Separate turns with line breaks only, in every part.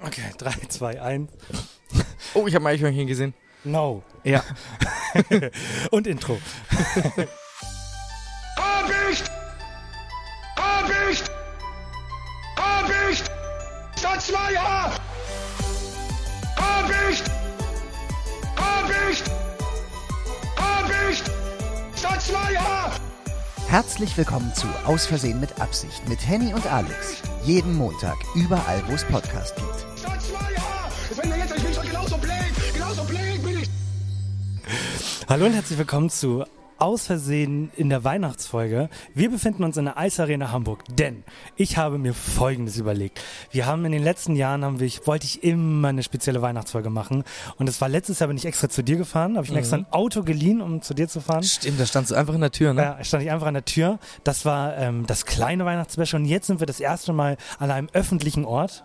Okay, 3, 2, 1.
Oh, ich habe ein Eichhörnchen gesehen.
No.
Ja.
Und Intro.
Habicht! Habicht! Habicht! Stadtschweier! Habicht! Habicht! Habicht! Stadtschweier!
Herzlich willkommen zu Aus Versehen mit Absicht mit Henny und Alex. Jeden Montag überall, wo es Podcast gibt.
Stadtschweier! Wenn ihr jetzt, ich bin schon genauso blöd! Genauso blöd bin ich!
Hallo und herzlich willkommen zu Aus Versehen in der Weihnachtsfolge. Wir befinden uns in der Eisarena Hamburg, denn ich habe mir Folgendes überlegt. Wir haben in den letzten Jahren, haben wir, ich, wollte ich immer eine spezielle Weihnachtsfolge machen und es war letztes Jahr, bin ich extra zu dir gefahren, habe ich mir extra ein Auto geliehen, um zu dir zu fahren.
Stimmt, da standst du einfach in der Tür, ne?
Ja, stand ich einfach an der Tür. Das war ähm, das kleine Weihnachtsspecial und jetzt sind wir das erste Mal an einem öffentlichen Ort,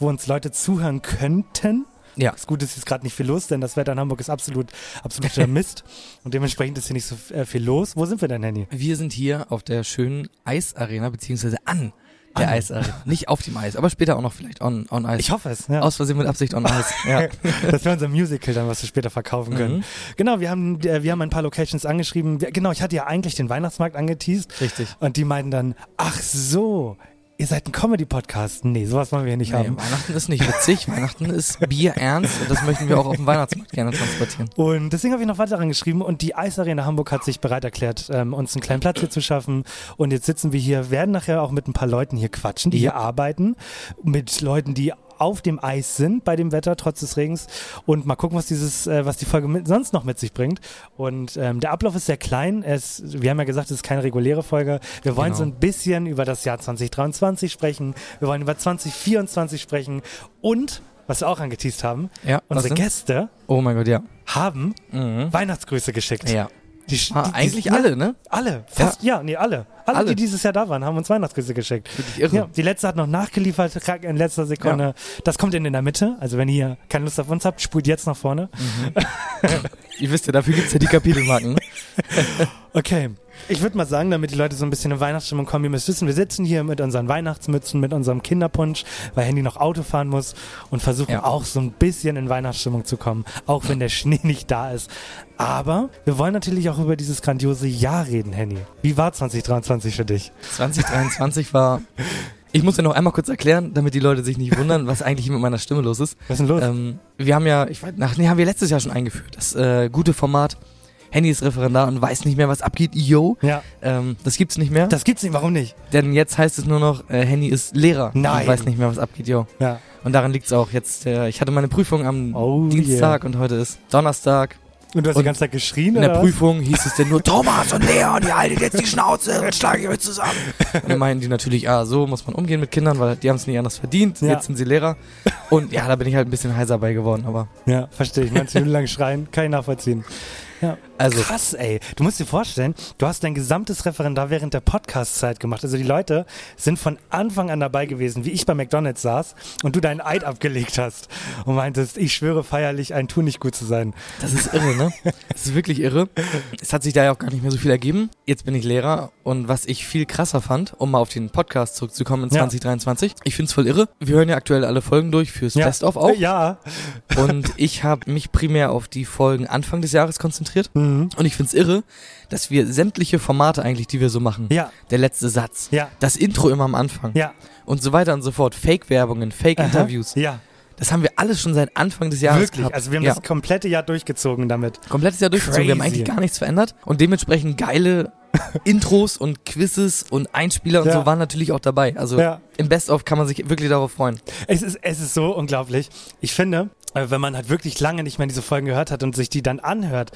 wo uns Leute zuhören könnten.
Ja.
Das Gute ist jetzt gerade nicht viel los, denn das Wetter in Hamburg ist absolut absoluter Mist und dementsprechend ist hier nicht so äh, viel los. Wo sind wir denn, Henny?
Wir sind hier auf der schönen Eisarena, beziehungsweise an der Eisarena. Nicht auf dem Eis, aber später auch noch vielleicht on, on Eis.
Ich hoffe es. Ja.
Aus Versehen mit Absicht on Eis. Ja. Mhm.
Das wäre unser Musical dann, was wir später verkaufen können. Genau, wir haben, äh, wir haben ein paar Locations angeschrieben. Wir- Genau, ich hatte ja eigentlich den Weihnachtsmarkt angeteased.
Richtig.
Und die meinten dann, ach so, ihr seid ein Comedy-Podcast. Nee, sowas wollen wir hier nicht
Nee,
haben.
Weihnachten ist nicht witzig, Weihnachten ist Bier ernst und das möchten wir auch auf dem Weihnachtsmarkt gerne transportieren.
Und deswegen habe ich noch weiter angeschrieben und die Eisarena Hamburg hat sich bereit erklärt, ähm, uns einen kleinen Platz hier zu schaffen. Und jetzt sitzen wir hier, werden nachher auch mit ein paar Leuten hier quatschen, die hier arbeiten, mit Leuten, die auf dem Eis sind bei dem Wetter trotz des Regens und mal gucken, was dieses, äh, was die Folge mit, sonst noch mit sich bringt. Und ähm, der Ablauf ist sehr klein. Es, wir haben ja gesagt, es ist keine reguläre Folge. Wir wollen
Genau.
so ein bisschen über das Jahr 2023 sprechen. Wir wollen über 2024 sprechen und was wir auch angeteased haben,
Ja, was
unsere
denn?
Gäste
Oh mein Gott, ja.
haben Weihnachtsgrüße geschickt.
Mhm. Ja.
Die, sch-
Ah,
die- die-
eigentlich
ja,
alle, ne?
Alle, fast, ja, nee, alle. alle.
Alle.
die dieses Jahr da waren, haben uns Weihnachtsgrüße geschickt.
Wirklich irre.
Ja, die letzte hat noch nachgeliefert, krack, in letzter Sekunde. Das kommt in, in der Mitte. Also wenn ihr keine Lust auf uns habt, spult jetzt nach vorne.
Ihr wisst ja, dafür gibt's ja die Kapitelmarken. ne?
Okay. Ich würde mal sagen, damit die Leute so ein bisschen in Weihnachtsstimmung kommen, ihr müsst wissen, wir sitzen hier mit unseren Weihnachtsmützen, mit unserem Kinderpunsch, weil Handy noch Auto fahren muss und versuchen
Ja.
auch so ein bisschen in Weihnachtsstimmung zu kommen, auch wenn der Schnee nicht da ist. Aber wir wollen natürlich auch über dieses grandiose Jahr reden, Henny. Wie war 2023 für dich?
2023 war. Ich muss ja noch einmal kurz erklären, damit die Leute sich nicht wundern, was eigentlich mit meiner Stimme los ist.
Was ist denn los?
Ähm, wir haben ja, ich weiß, nach, nee, haben wir letztes Jahr schon eingeführt. Das äh, gute Format. Handy ist Referendar und weiß nicht mehr, was abgeht. Yo.
ja,
Ähm, das gibt's nicht mehr.
das gibt's nicht, warum nicht?
denn jetzt heißt es nur noch, äh, Handy ist Lehrer.
Nein.
Und weiß nicht mehr, was abgeht. Yo.
Ja.
Und daran liegt's auch jetzt. Äh, ich hatte meine Prüfung am
Oh,
Dienstag und heute ist Donnerstag.
Und du hast
Und
die ganze Zeit geschrien
In
oder
der
was?
Prüfung hieß es denn nur Thomas und Leon, ihr haltet jetzt die Schnauze und schlage ich euch zusammen. Und dann meinten die natürlich, ah, so muss man umgehen mit Kindern, weil die haben es nicht anders verdient.
Ja.
Jetzt sind sie Lehrer. Und ja, da bin ich halt ein bisschen heiser bei geworden, aber
Ja, verstehe ich. 90 Minuten lang schreien, kann ich nachvollziehen. Ja.
Also-
Krass, ey. Du musst dir vorstellen, du hast dein gesamtes Referendar während der Podcast-Zeit gemacht. Also die Leute sind von Anfang an dabei gewesen, wie ich bei McDonalds saß und du deinen Eid abgelegt hast und meintest, ich schwöre feierlich, ein Tu nicht gut zu sein.
das ist irre, ne? Das ist wirklich irre. Es hat sich da ja auch gar nicht mehr so viel ergeben. Jetzt bin ich Lehrer und was ich viel krasser fand, um mal auf den Podcast zurückzukommen in
Ja.
2023, ich find's voll irre. Wir hören ja aktuell alle Folgen durch fürs
Ja.
Best-of auch.
Ja.
Und ich habe mich primär auf die Folgen Anfang des Jahres konzentriert.
Mhm.
Und ich find's irre, dass wir sämtliche Formate eigentlich, die wir so machen,
Ja.
der letzte Satz,
Ja.
das Intro immer am Anfang
Ja.
und so weiter und so fort, Fake-Werbungen, Fake-Interviews,
Ja.
das haben wir alles schon seit Anfang des Jahres
Wirklich.
gehabt.
Also wir haben
ja.
das komplette Jahr durchgezogen damit.
komplettes Jahr durchgezogen, wir haben
Crazy.
eigentlich gar nichts verändert und dementsprechend geile Intros und Quizzes und Einspieler und
Ja.
so waren natürlich auch dabei. Also
Ja.
im Best-of kann man sich wirklich darauf freuen.
Es ist, es ist so unglaublich. Ich finde, äh, wenn man halt wirklich lange nicht mehr diese Folgen gehört hat und sich die dann anhört,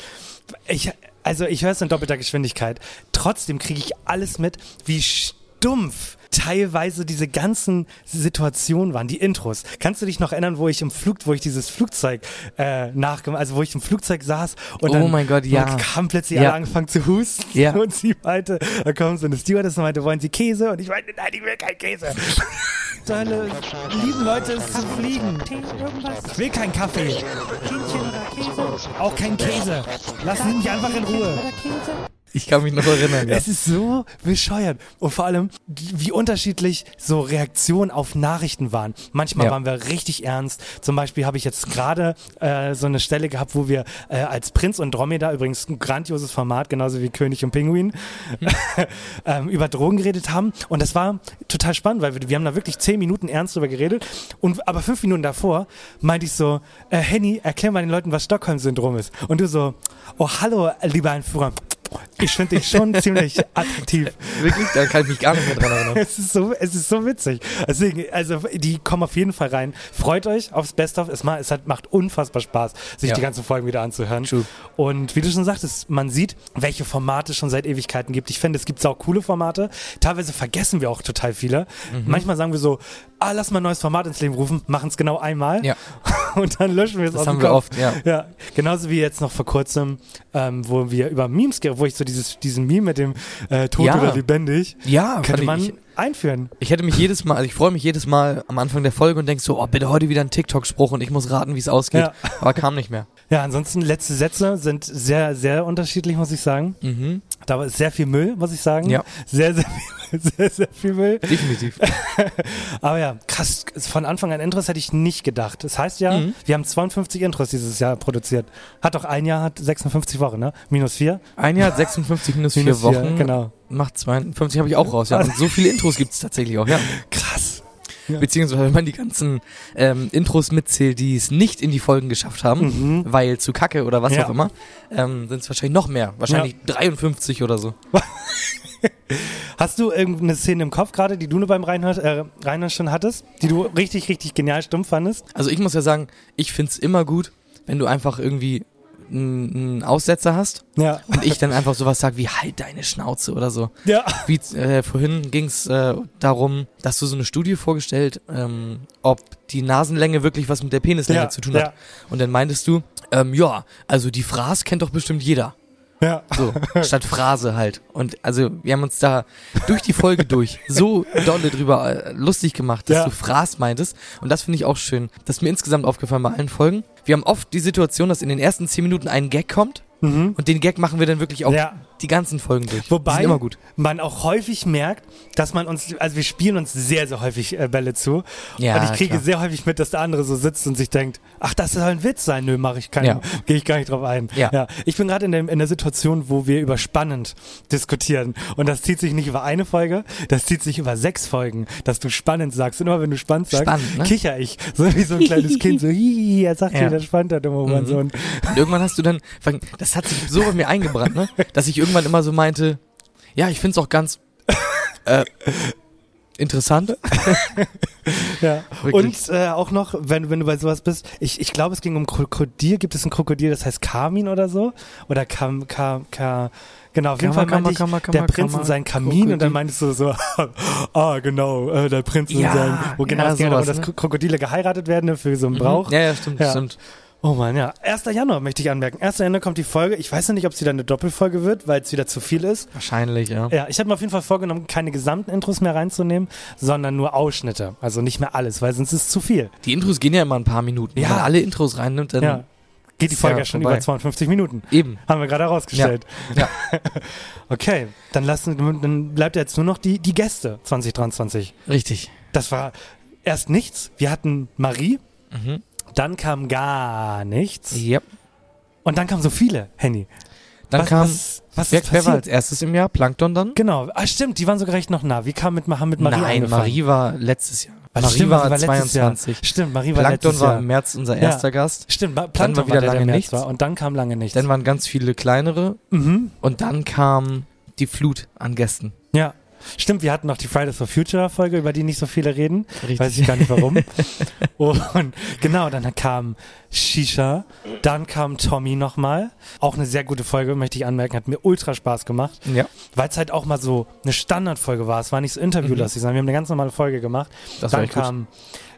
ich, also ich höre es in doppelter Geschwindigkeit. Trotzdem kriege ich alles mit, wie stumpf teilweise diese ganzen Situationen waren, die Intros. Kannst du dich noch erinnern, wo ich im Flug, wo ich dieses Flugzeug äh, nachgemacht, also wo ich im Flugzeug saß und
Oh
dann
mein Gott, ja.
haben plötzlich
Ja.
alle angefangen zu husten
Ja.
und sie meinte, da kommt so eine Stewardess und meinte, wollen Sie Käse? Und ich meinte, nein, ich will keinen Käse. Deine lieben Leute, es zu fliegen. Ich will keinen Kaffee. Auch keinen Käse. Lass mich nicht einfach in Ruhe.
Ich kann mich noch erinnern. Ja.
Es ist so bescheuert. Und vor allem, wie unterschiedlich so Reaktionen auf Nachrichten waren. Manchmal
Ja.
waren wir richtig ernst. Zum Beispiel habe ich jetzt gerade äh, so eine Stelle gehabt, wo wir äh, als Prinz und Dromeda, übrigens ein grandioses Format, genauso wie König und Pinguin, ähm, über Drogen geredet haben. Und das war total spannend, weil wir, wir haben da wirklich zehn Minuten ernst drüber geredet. Und aber fünf Minuten davor meinte ich so, äh, Henny, erklär mal den Leuten, was Stockholm-Syndrom ist. Und du so, oh hallo, lieber Anführer. Ich finde dich schon ziemlich attraktiv.
Wirklich, da kann ich mich gar nicht mehr dran erinnern.
Es ist, so, es ist so witzig. Deswegen, also die kommen auf jeden Fall rein. Freut euch aufs Best of. Es, ma- es hat, macht unfassbar Spaß, sich
Ja.
die ganzen Folgen wieder anzuhören. Und wie du schon sagtest, man sieht, welche Formate schon seit Ewigkeiten gibt. Ich finde, es gibt auch coole Formate. Teilweise vergessen wir auch total viele.
Mhm.
Manchmal sagen wir so, ah, lass mal ein neues Format ins Leben rufen, machen es genau einmal
Ja.
und dann löschen wir es
Das
aus
haben
dem
wir
Kopf.
oft, ja.
Ja, genauso wie jetzt noch vor kurzem, ähm, wo wir über Memes, ge- wo ich so dieses, diesen Meme mit dem äh, Tod
Ja.
oder lebendig,
Ja,
könnte
fand
man
ich,
einführen.
ich hätte mich jedes Mal, also ich freue mich jedes Mal am Anfang der Folge und denke so, oh, bitte heute wieder ein TikTok-Spruch und ich muss raten, wie es ausgeht.
Ja.
Aber kam nicht mehr.
Ja, ansonsten letzte Sätze sind sehr, sehr unterschiedlich, muss ich sagen.
Mhm.
Da ist sehr viel Müll, muss ich sagen.
Ja.
Sehr, sehr viel, sehr, sehr viel Müll.
Definitiv.
Aber ja, krass, von Anfang an Intros hätte ich nicht gedacht. Das heißt ja,
Mhm.
wir haben 52 Intros dieses Jahr produziert. Hat doch ein Jahr, hat 56 Wochen, ne? Minus vier.
Ein Jahr, 56 minus vier
Minus
Wochen.
genau.
Macht 52, habe ich auch raus. Ja. Und so viele Intros gibt es tatsächlich auch, ja.
Krass.
Beziehungsweise wenn man die ganzen ähm, Intros mitzählt, die es nicht in die Folgen geschafft haben, weil zu kacke oder was
Mhm. Ja.
auch immer, ähm, sind es wahrscheinlich noch mehr. Wahrscheinlich 53 oder so.
Hast du irgendeine Szene im Kopf gerade, die du nur beim Reinhören äh, Reinhören schon hattest, die du richtig, richtig genial stumpf fandest?
Also ich muss ja sagen, ich find's immer gut, wenn du einfach irgendwie einen einen Aussetzer hast
Ja.
und ich dann einfach sowas sag wie halt deine Schnauze oder so.
Ja.
Wie äh, vorhin ging's äh, darum, dass du so eine Studie vorgestellt, ähm, ob die Nasenlänge wirklich was mit der Penislänge
Ja,
zu tun
ja.
hat. Und dann meintest du, ähm, ja, also die Phrase kennt doch bestimmt jeder.
Ja.
So, statt Phrase halt. Und also wir haben uns da durch die Folge durch so dolle drüber äh, lustig gemacht, dass
Ja.
du Phras meintest. Und das finde ich auch schön. Das ist mir insgesamt aufgefallen bei allen Folgen. Wir haben oft die Situation, dass in den ersten zehn Minuten ein Gag kommt. Und den Gag machen wir dann wirklich auch
Mhm. Ja.
die ganzen Folgen durch. die
Wobei
sind immer gut.
man auch häufig merkt, dass man uns, also wir spielen uns sehr, sehr häufig äh, Bälle zu.
Ja,
und ich kriege
klar.
sehr häufig mit, dass der andere so sitzt und sich denkt, ach, das soll ein Witz sein. Nö, mache ich keinen,
Ja.
gehe ich gar nicht drauf ein.
Ja.
Ich bin gerade in, dem- in der Situation, wo wir über spannend diskutieren. Und das zieht sich nicht über eine Folge, das zieht sich über sechs Folgen, dass du spannend sagst. Und immer wenn du spannend sagst,
Spannend, ne?
kicher ich. So wie so ein kleines Kind, so, hihihi, er sagt
Ja. Mhm.
wieder spannend, der dumme mein Sohn.
Und irgendwann hast du dann, das hat sich so bei mir eingebrannt, ne? dass ich irgendwann immer so meinte, ja, ich find's auch ganz äh, interessant.
Ja.
Wirklich.
Und äh, auch noch, wenn, wenn du bei sowas bist, ich, ich glaube, es ging um Krokodil. Gibt es ein Krokodil, das heißt Kamin oder so? Oder Kam, Kam, Kam. Genau, auf jeden
Kammer,
Fall meinte
Kammer,
ich,
Kammer,
der
Kammer,
Prinz
Kammer,
und sein Kamin und
Krokodil.
dann meintest du so, ah genau, äh, der Prinz und
Ja,
sein, wo genau
ja,
es geht darum,
sowas,
dass
ne? Mhm.
Krokodile geheiratet werden ne, für so einen Brauch.
Ja, ja, stimmt,
Ja.
stimmt.
Oh Mann, ja. 1. Januar möchte ich anmerken. 1. Januar kommt die Folge. Ich weiß ja nicht, ob sie dann eine Doppelfolge wird, weil es wieder zu viel ist.
Wahrscheinlich, ja.
Ja, ich habe mir auf jeden Fall vorgenommen, keine gesamten Intros mehr reinzunehmen, sondern nur Ausschnitte. Also nicht mehr alles, weil sonst ist es zu viel.
Die Intros gehen ja immer ein paar Minuten.
Ja.
Wenn man alle Intros reinnimmt, dann
Ja. Geht die
Ist
Folge
ja
ja schon
vorbei.
über 52 Minuten.
eben.
Haben wir gerade herausgestellt.
Ja.
Okay, dann, lassen, dann bleibt jetzt nur noch die, die Gäste 2023.
Richtig.
Das war erst nichts. Wir hatten Marie,
Mhm.
dann kam gar nichts.
Yep.
Und dann kamen so viele, Henny.
Dann
was,
kam,
Was, was
wer,
ist
wer war als
passiert?
erstes im Jahr? Plankton dann?
Genau, ah, stimmt, die waren sogar recht noch nah. Wie kam mit, haben mit Marie
Nein,
angefangen?
Marie war letztes Jahr.
Ah,
Marie
stimmt,
war
letztes Jahr.
22.
Stimmt, Marie war
Plankton
letztes Jahr.
war im März unser erster Gast.
Stimmt,
Dann
war-
war
Plankton
wieder
war der, der
lange
im März
nichts.
War. Und dann kam lange nichts.
Dann waren ganz viele kleinere
mhm.
und dann kam die Flut an Gästen.
Ja. Stimmt, wir hatten noch die Fridays for Future Folge, über die nicht so viele reden.
Richtig.
Weiß ich gar nicht warum. Und genau, dann kam Shisha, dann kam Tommy nochmal. Auch eine sehr gute Folge, möchte ich anmerken, hat mir ultra Spaß gemacht.
Ja.
Weil es halt auch mal so eine Standardfolge war. Es war nicht so
Mhm.
interviewlastig, sondern wir haben eine ganz normale Folge gemacht.
Das war
dann
echt gut.
kam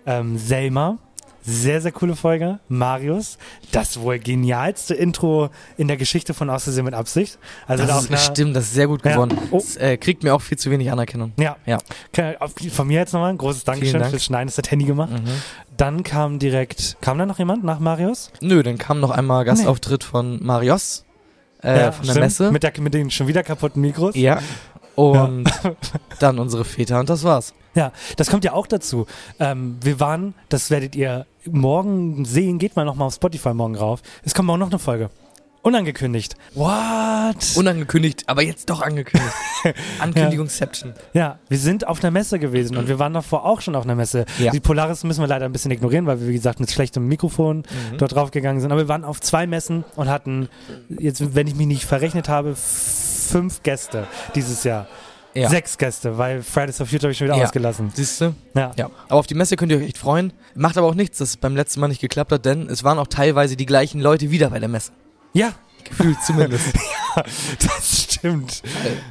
ähm, Selma. Sehr, sehr coole Folge. Marius, das wohl genialste Intro in der Geschichte von Auszusehen mit Absicht. Also da
Das
auf einer-
ist, stimmt, das ist sehr gut
Ja.
gewonnen.
Oh.
Das, äh, kriegt mir auch viel zu wenig Anerkennung.
Ja.
Ja.
Kann- auf- Von mir jetzt nochmal ein großes Dankeschön
Dank.
fürs Schneiden. Das hat Handy gemacht. Dann kam direkt, kam da noch jemand nach Marius?
Nö, dann kam noch einmal Gastauftritt von Marios äh, von der
Ah, stimmt.
Messe.
Mit, der, mit den schon wieder kaputten Mikros.
ja. Und dann unsere Väter und das war's.
Ja, das kommt ja auch dazu. Ähm, wir waren, das werdet ihr morgen sehen, geht mal nochmal auf Spotify morgen rauf. Es kommt auch noch eine Folge. Unangekündigt. What?
Unangekündigt, aber jetzt doch angekündigt. Ankündigungsception.
ja, wir sind auf einer Messe gewesen und wir waren davor auch schon auf einer Messe.
Ja.
Die Polaris müssen wir leider ein bisschen ignorieren, weil wir, wie gesagt, mit schlechtem Mikrofon
Mhm.
dort draufgegangen sind. Aber wir waren auf zwei Messen und hatten, jetzt, wenn ich mich nicht verrechnet habe, fünf Gäste dieses Jahr.
Ja.
Sechs Gäste, weil Fridays for Future habe ich schon wieder
Ja.
ausgelassen.
Siehst du?
Ja.
Ja. Aber auf die Messe könnt ihr euch echt freuen. Macht aber auch nichts, dass es beim letzten Mal nicht geklappt hat, denn es waren auch teilweise die gleichen Leute wieder bei der Messe.
ja,
Gefühlt zumindest.
das
Also
stimmt. Das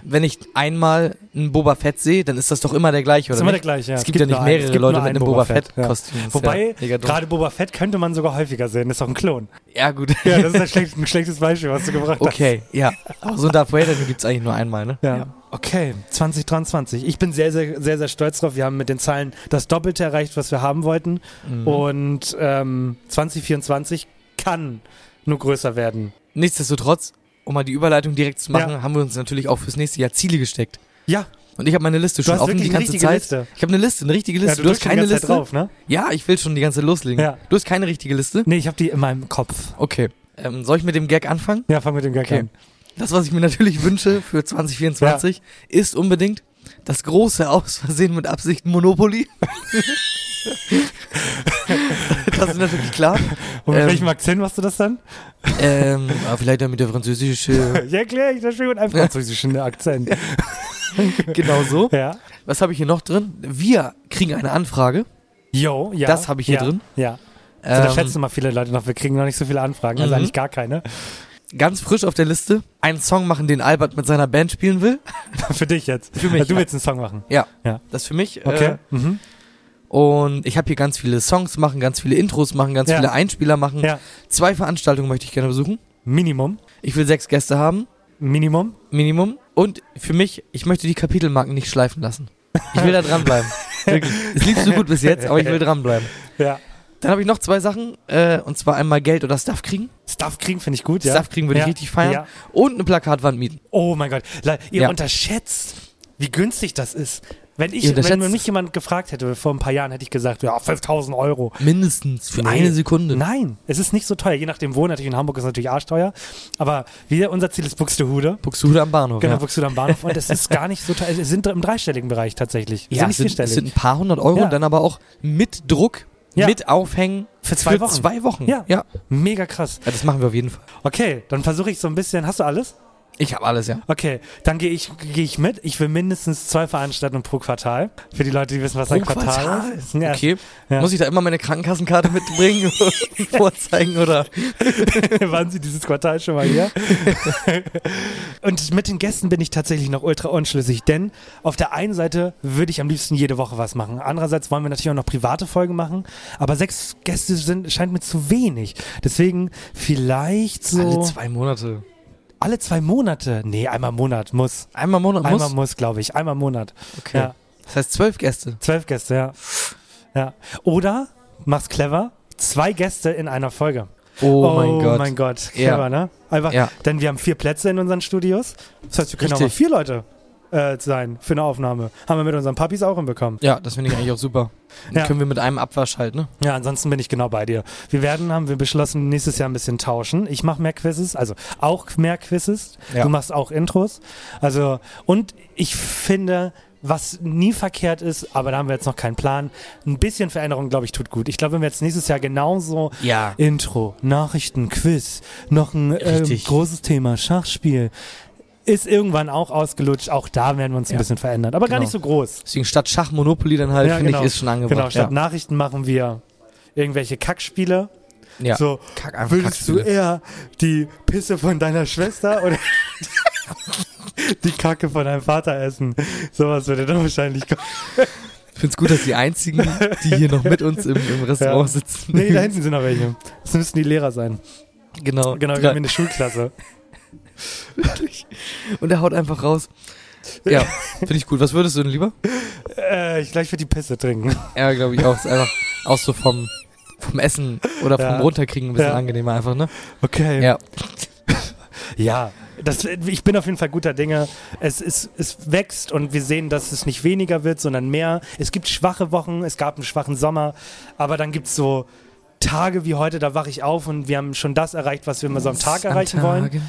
Wenn ich einmal einen Boba Fett sehe, dann ist das doch immer der gleiche, oder?
ist immer der
nicht?
gleiche.
Es gibt, ja nicht
nur einen- es
mehrere
gibt
Leute
nur
mit
einen
einem Boba Fett-Kostüm.
Ja.
Ist
Wobei,
ja mega dumm.
gerade Boba Fett könnte man sogar häufiger sehen. Ist doch ein Klon.
Ja, gut.
Ja, das ist ein, schlecht, ein schlechtes Beispiel, was du gebracht hast.
Okay, ja. Aber so ein Darth Vader gibt es eigentlich nur einmal, ne?
Ja. Okay, 2023. Ich bin sehr, sehr, sehr, sehr stolz drauf. Wir haben mit den Zahlen das Doppelte erreicht, was wir haben wollten. Und ähm, 2024 kann nur größer werden.
Nichtsdestotrotz, um mal die Überleitung direkt zu machen,
Ja.
haben wir uns natürlich auch fürs nächste Jahr Ziele gesteckt.
Ja,
Und ich habe meine Liste schon
hast
offen
wirklich
die
eine
ganze
richtige
Zeit.
Liste.
Ich habe eine Liste, eine richtige Liste. du
ja
hast
drückst die
keine
ganze
Liste.
Zeit drauf, ne?
Ja, ich will schon die ganze loslegen.
Ja.
Du hast keine richtige Liste?
Nee, ich habe die in meinem Kopf.
Okay. Ähm, soll ich mit dem Gag anfangen?
Ja, fang mit dem Gag
Okay.
an.
Das, was ich mir natürlich wünsche für 2024, ist unbedingt das große Aus Versehen mit Absicht Monopoly. das ist natürlich klar.
Und mit
Ähm.
welchem Akzent machst du das dann?
Ähm, aber vielleicht dann mit der französischen.
Ich erkläre ich das schon mit einem französischen Akzent.
genau so.
Ja.
Was habe ich hier noch drin? Wir kriegen eine Anfrage.
Jo, ja.
Das habe ich hier
ja,
drin.
Ja.
Ähm,
Also, da schätzen immer viele Leute noch. Wir kriegen noch nicht so viele Anfragen. Also
Mhm.
eigentlich gar keine.
ganz frisch auf der Liste. Einen Song machen, den Albert mit seiner Band spielen will.
Für dich jetzt.
Für mich,
Du
ja.
willst einen Song machen.
Ja.
Ja.
Das für mich.
Okay.
Äh,
mhm.
und ich habe hier ganz viele Songs machen, ganz viele Intros machen, ganz
Ja.
viele Einspieler machen.
Ja.
Zwei Veranstaltungen möchte ich gerne besuchen.
Minimum.
Ich will sechs Gäste haben,
Minimum.
Minimum. Und für mich, ich möchte die Kapitelmarken nicht schleifen lassen. Ich will da dranbleiben. Wirklich. Es lief so gut bis jetzt, aber ich will dranbleiben.
Ja.
Dann habe ich noch zwei Sachen. Äh, und zwar einmal Geld oder Stuff kriegen.
Stuff kriegen finde ich gut, ja.
Stuff kriegen würde
Ja.
ich richtig feiern.
Ja.
Und eine Plakatwand mieten.
Oh mein Gott. Le- Ihr
Ja.
unterschätzt, wie günstig das ist. Wenn ich,
Ihr
wenn
unterschätzt
mir mich jemand gefragt hätte vor ein paar Jahren, hätte ich gesagt, ja, 5000 Euro.
Mindestens für eine Sekunde.
Nein, es ist nicht so teuer. Je nachdem, wo natürlich in Hamburg ist es natürlich arschteuer. Aber wir, unser Ziel ist Buxtehude.
Buxtehude am Bahnhof.
Genau,
ja.
Buxtehude am Bahnhof. Und es ist gar nicht so teuer. Es sind im dreistelligen Bereich tatsächlich. Es
Ja,
sind
es sind, es
vierstellig.
sind ein paar hundert Euro,
Ja.
dann aber auch mit Druck,
Ja.
mit Aufhängen.
Für zwei Wochen.
zwei Wochen.
Ja.
ja.
Mega krass.
Ja, Das machen wir auf jeden Fall.
Okay, dann versuche ich so ein bisschen. Hast du alles?
Ich habe alles, ja.
Okay, dann gehe ich, gehe ich mit. Ich will mindestens zwei Veranstaltungen pro Quartal. Für die Leute, die wissen, was ein Quartal, ist. Ja.
Okay.
Ja.
Muss ich da immer meine Krankenkassenkarte mitbringen und vorzeigen oder?
Waren sie dieses Quartal schon mal hier? Und mit den Gästen bin ich tatsächlich noch ultra unschlüssig, denn auf der einen Seite würde ich am liebsten jede Woche was machen. Andererseits wollen wir natürlich auch noch private Folgen machen, aber sechs Gäste sind, scheint mir zu wenig. Deswegen vielleicht so
Alle zwei Monate.
alle zwei Monate. Nee, einmal im Monat muss.
Einmal im Monat muss.
Einmal muss, glaube ich. Einmal im Monat.
okay.
Ja.
Das heißt zwölf Gäste.
Zwölf Gäste, ja. ja. Oder, mach's clever, zwei Gäste in einer Folge.
Oh, mein Gott.
mein Gott,
Ja.
clever, ne? Einfach,
Ja.
denn wir haben vier Plätze in unseren Studios. Das heißt, wir können auch mal
Richtig.
vier Leute äh, sein für eine Aufnahme. Haben wir mit unseren Papis auch hinbekommen.
Ja, das finde ich eigentlich auch super. Dann
Ja.
können wir mit einem Abwasch halt, ne?
Ja, ansonsten bin ich genau bei dir. Wir werden, haben wir beschlossen, nächstes Jahr ein bisschen tauschen. Ich mache mehr Quizzes, also auch mehr Quizzes.
Ja.
Du machst auch Intros. Also, und ich finde, was nie verkehrt ist, aber da haben wir jetzt noch keinen Plan. Ein bisschen Veränderung, glaube ich, tut gut. Ich glaube, wenn wir jetzt nächstes Jahr genauso
Ja.
Intro, Nachrichten, Quiz, noch ein ähm,
Richtig.
großes Thema, Schachspiel, Ist irgendwann auch ausgelutscht. Auch da werden wir uns ein bisschen verändern. Aber gar
Genau.
nicht so groß.
Deswegen statt Schach Monopoly dann halt,
Ja,
finde
genau.
ich, ist schon
Genau,
angebracht.
statt
ja.
Nachrichten machen wir irgendwelche Kackspiele.
ja.
So,
Kack, einfach
würdest du
Kackspiele.
eher die Pisse von deiner Schwester oder die Kacke von deinem Vater essen? Sowas würde dann wahrscheinlich kommen.
Ich finde es gut, dass die einzigen, die hier noch mit uns im, im Restaurant
Ja.
sitzen.
Nee, da hinten sind noch welche. Das müssten die Lehrer sein.
Genau.
Genau, wir haben hier eine Schulklasse.
Und er haut einfach raus. Ja, finde ich gut. Was würdest du denn lieber?
Äh, ich gleich würde die Pisse trinken.
Ja, glaube ich auch. Ist einfach auch so vom, vom Essen oder vom
Ja.
Runterkriegen ein bisschen
Ja.
angenehmer einfach, ne?
Okay.
Ja.
Ja, das, ich bin auf jeden Fall guter Dinge. Es, es, es wächst und wir sehen, dass es nicht weniger wird, sondern mehr. Es gibt schwache Wochen, es gab einen schwachen Sommer, aber dann gibt es so Tage wie heute, da wache ich auf und wir haben schon das erreicht, was wir immer so am Tag erreichen wollen.
Tage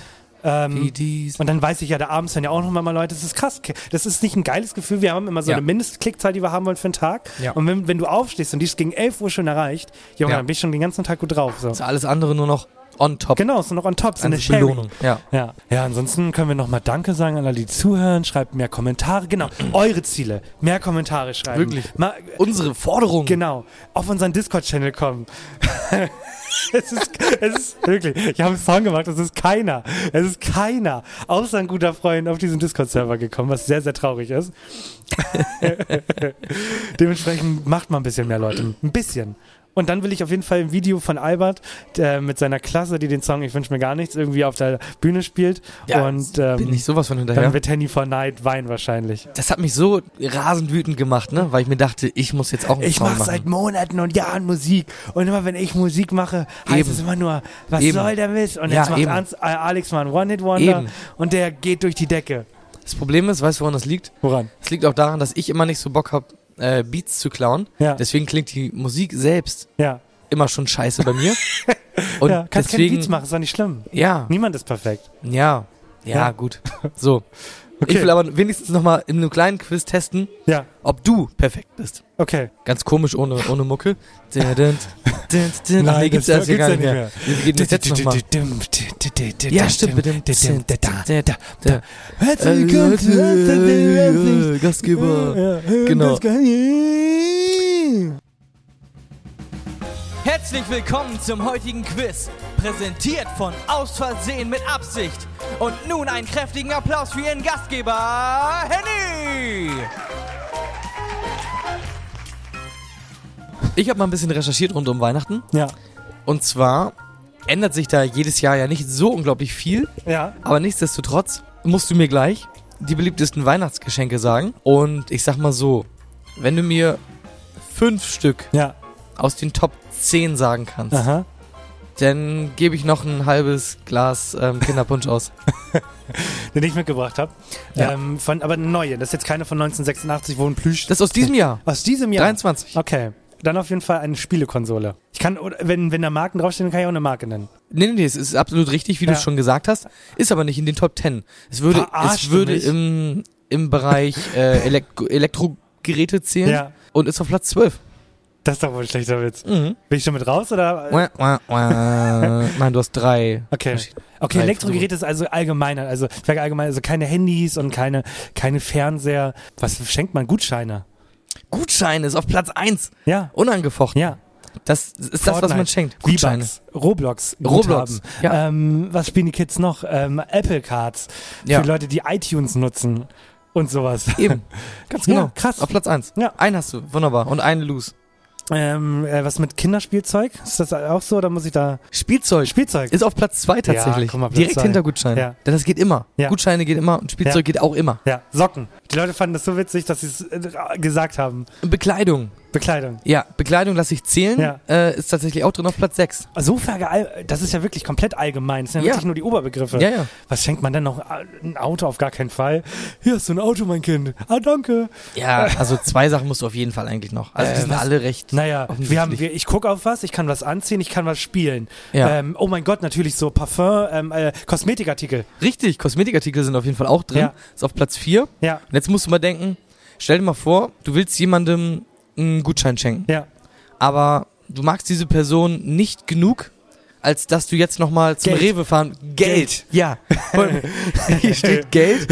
wie
Ähm,
dies.
und dann weiß ich ja, da abends hören ja auch nochmal mal Leute, das ist krass. Das ist nicht ein geiles Gefühl. Wir haben immer so
Ja.
eine Mindestklickzahl, die wir haben wollen für den Tag.
Ja.
Und wenn, wenn du aufstehst und die ist gegen 11 Uhr schon erreicht, Junge,
Ja.
dann bin ich schon den ganzen Tag gut drauf. So.
Ist alles andere nur noch on top.
Genau, ist nur noch on top, so eine
Eine
Sherry.
Belohnung. Ja.
Ja. ja, ansonsten können wir nochmal Danke sagen an alle, die zuhören. Schreibt mehr Kommentare. Genau, eure Ziele. Mehr Kommentare schreiben.
Wirklich.
Mal,
Unsere Forderung.
genau, auf unseren Discord-Channel kommen. es, ist, es ist wirklich, ich habe einen Song gemacht, es ist keiner. Es ist keiner, außer ein guter Freund, auf diesen Discord-Server gekommen, was sehr, sehr traurig ist. Dementsprechend macht mal ein bisschen mehr Leute. Ein bisschen. Und dann will ich auf jeden Fall im Video von Albert der mit seiner Klasse, die den Song Ich wünsche mir gar nichts irgendwie auf der Bühne spielt.
Ja,
und ähm,
Bin ich sowas von
dann
hinterher.
wird Henny for Night weinen wahrscheinlich.
Das hat mich so rasend wütend gemacht, ne? Weil ich mir dachte, ich muss jetzt auch einen
Ich
Song
mache
machen.
seit Monaten und Jahren Musik. Und immer wenn ich Musik mache, heißt
Eben.
es immer nur, was
Eben.
soll der Mist? Und
Ja,
jetzt macht
eben.
Ans- äh, Alex mal einen One-Hit-Wonder
Eben.
und der geht durch die Decke.
das Problem ist, weißt du, woran das liegt?
Woran?
Es liegt auch daran, dass ich immer nicht so Bock habe, äh, Beats zu klauen.
Ja.
Deswegen klingt die Musik selbst
Ja.
immer schon scheiße bei mir. Und
ja. Kannst keine
deswegen,
Beats machen, ist doch nicht schlimm.
Ja,
Niemand ist perfekt.
ja, ja,
Ja.
gut. So. Ich will aber wenigstens nochmal in einem kleinen Quiz testen,
Ja,
ob du perfekt bist.
okay.
Ganz komisch ohne, ohne Mucke. Dun, dun, dun, dun. Ach,
Nein,
gibt's
das
erst hier gar
gibt's ja
nicht
nicht
mehr. Wir gehen jetzt jetzt nochmal. Ja,
Ja,
stimmt.
da. Herzlich willkommen.
Leute, äh, Gastgeber. Genau.
Genau.
Herzlich willkommen zum heutigen Quiz, präsentiert von Aus Versehen mit Absicht. Und nun einen kräftigen Applaus für Ihren Gastgeber, Henny! Ich habe mal ein bisschen recherchiert rund um Weihnachten.
Ja,
Und zwar ändert sich da jedes Jahr ja nicht so unglaublich viel,
ja.
aber nichtsdestotrotz musst du mir gleich die beliebtesten Weihnachtsgeschenke sagen. Und ich sag mal so, wenn du mir fünf Stück
Ja,
aus den Top 10 sagen kannst,
aha.
dann gebe ich noch ein halbes Glas ähm, Kinderpunsch aus.
Den ich mitgebracht habe.
Ja.
Ähm, von, aber eine neue. Das ist jetzt keine von 1986, wo ein Plüsch.
Das ist aus diesem Jahr.
aus diesem Jahr.
23.
Okay. Dann auf jeden Fall eine Spielekonsole. Ich kann, oder wenn, wenn da Marken draufstehen, dann kann ich auch eine Marke nennen.
Nee, nee, nee, es ist absolut richtig, wie
Ja.
du schon gesagt hast. Ist aber nicht in den Top 10. Es würde,
Verarschst
es
du
würde
mich?
im, im Bereich äh, Elek Elektrogeräte zählen
Ja.
und ist auf Platz 12.
Das ist doch wohl ein schlechter Witz.
Mhm.
Bin ich schon mit raus oder?
Wah, wah, wah. Nein, du hast drei.
Okay.
Verschieden.
Okay,
Drei
Elektrogeräte ist also allgemeiner. Also, ich sage allgemein, also keine Handys und keine, keine Fernseher. Was schenkt man? Gutscheine.
Gutscheine ist auf Platz 1.
Ja.
Unangefochten.
Ja.
Das ist das, was man schenkt.
Gutscheine.
Gutscheine.
Roblox.
Roblox,
Guthaben.
ja.
Ähm, was spielen die Kids noch? Ähm, Apple Cards.
Ja.
Für Leute, die iTunes nutzen. Und sowas.
Eben. Ganz
Ja,
genau.
krass.
Auf Platz 1.
Ja.
Einen hast du. Wunderbar. Und einen lose.
Ähm, äh, was mit Kinderspielzeug? Ist das auch so oder muss ich da.
Spielzeug.
Spielzeug.
Ist auf Platz 2 tatsächlich.
guck mal, Platz
Direkt
zwei.
hinter Gutscheinen.
Ja.
Denn das geht immer.
Ja.
Gutscheine geht immer und Spielzeug geht auch immer.
ja, Socken. Die Leute fanden das so witzig, dass sie es äh, gesagt haben.
Bekleidung.
Bekleidung.
Ja, Bekleidung lasse ich zählen.
Ja.
Äh, ist tatsächlich auch drin auf Platz 6.
So vergeil, das ist ja wirklich komplett allgemein. Das sind ja,
Ja.
wirklich nur die Oberbegriffe.
Ja, ja.
Was schenkt man denn noch? Ah, Ein Auto auf gar keinen Fall. Hier ist so ein Auto, mein Kind. Ah, danke.
Ja, also zwei Sachen musst du auf jeden Fall eigentlich noch. Also die
Äh,
sind
was-
alle recht.
Naja,
offensichtlich.
wir haben, wir, ich gucke auf was, ich kann was anziehen, ich kann was spielen.
Ja.
Ähm, oh mein Gott, natürlich so Parfum, ähm, äh, Kosmetikartikel.
Richtig, Kosmetikartikel sind auf jeden Fall auch drin.
Ja.
Ist auf Platz 4. Und
Ja,
jetzt musst du mal denken, stell dir mal vor, du willst jemandem einen Gutschein schenken,
ja,
aber du magst diese Person nicht genug, als dass du jetzt nochmal zum
Geld.
Rewe fahren.
Geld.
Ja.
Äh,
Hier steht Geld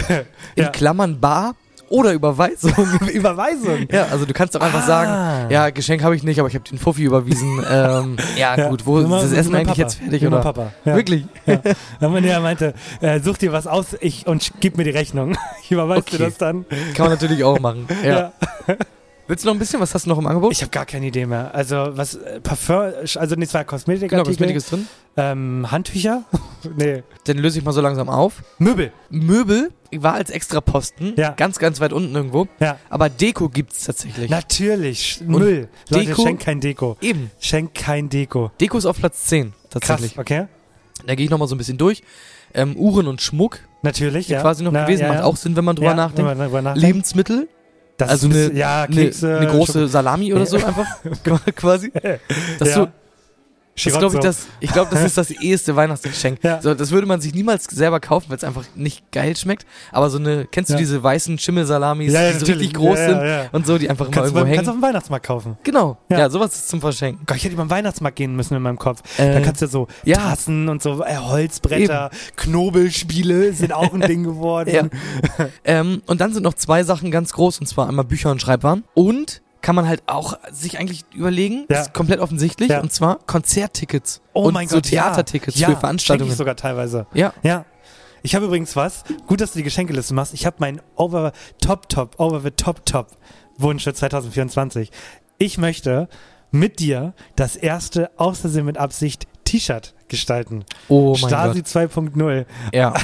in
Ja.
Klammern Bar oder Überweisung.
Überweisung.
Ja, also du kannst doch einfach
Ah.
sagen, ja, Geschenk habe ich nicht, aber ich habe den Fuffi überwiesen. ähm, ja,
Ja,
gut, wo
nur mal-
ist das
nur
Essen
mal
eigentlich
Papa.
jetzt fertig?
Nur mal
Oder?
Papa, ja.
Wirklich?
Ja. Dann meinte er meinte, äh, such dir was aus ich, und sch- gib mir die Rechnung. Ich überweise dir
Okay.
das dann.
Kann man natürlich auch machen. Ja.
Ja.
Willst du noch ein bisschen? Was hast du noch im Angebot?
Ich habe gar keine Idee mehr. Also was äh, Parfum, also nee, es war Kosmetikartikel,
genau, Kosmetik ist drin.
ähm, Handtücher, nee,
Dann löse ich mal so langsam auf.
Möbel.
Möbel war als Extraposten,
Ja.
ganz, ganz weit unten irgendwo.
Ja,
Aber Deko gibt's tatsächlich.
natürlich. Sch- Müll. Leute,
Deko?
schenkt kein Deko.
Eben.
Schenkt kein Deko.
Deko ist auf Platz 10
Krass,
tatsächlich.
okay?
Da gehe ich nochmal so ein bisschen durch. Ähm, Uhren und Schmuck,
Natürlich,
die
ja.
quasi noch
Na,
gewesen,
ja,
macht
ja.
auch Sinn, wenn man drüber
ja, wenn
nachdenkt.
man darüber nachdenkt.
Lebensmittel,
Das
also
ist ein
eine,
bisschen- ja,
eine-
Kekse,
eine große Salami oder so einfach quasi. Das, so, das glaube ich, das, ich glaube, das ist das eheste Weihnachtsgeschenk.
Ja.
So, das würde man sich niemals selber kaufen, weil es einfach nicht geil schmeckt. Aber so eine, kennst
Ja.
du diese weißen Schimmelsalamis,
Ja, ja,
die so
natürlich.
richtig groß
Ja, ja,
sind
ja.
und so, die einfach
kannst,
mal
du,
irgendwo
kannst du auf
hängen?
dem Weihnachtsmarkt kaufen.
Genau,
Ja.
ja. sowas ist zum Verschenken.
Gott, ich hätte über den Weihnachtsmarkt gehen müssen in meinem Kopf.
Äh,
da kannst du so
ja.
Tassen und so äh, Holzbretter, Knobelspiele sind auch ein Ding geworden.
Ja. Ähm, und dann sind noch zwei Sachen ganz groß, und zwar einmal Bücher und Schreibwaren. Und kann man halt auch sich eigentlich überlegen,
Ja.
ist komplett offensichtlich,
Ja.
und zwar Konzerttickets
Oh
und
mein
so
Gott,
Theatertickets
ja.
für
ja, schenke
Veranstaltungen.
Ich sogar teilweise.
Ja,
Ja. Ich habe übrigens was. Gut, dass du die Geschenkeliste machst. Ich habe meinen Over Top Top Over the Top Top Wunsch für 2024. Ich möchte mit dir das erste Außersehen mit Absicht T-Shirt gestalten.
oh mein
Stasi 2.0.
Gott. Ja.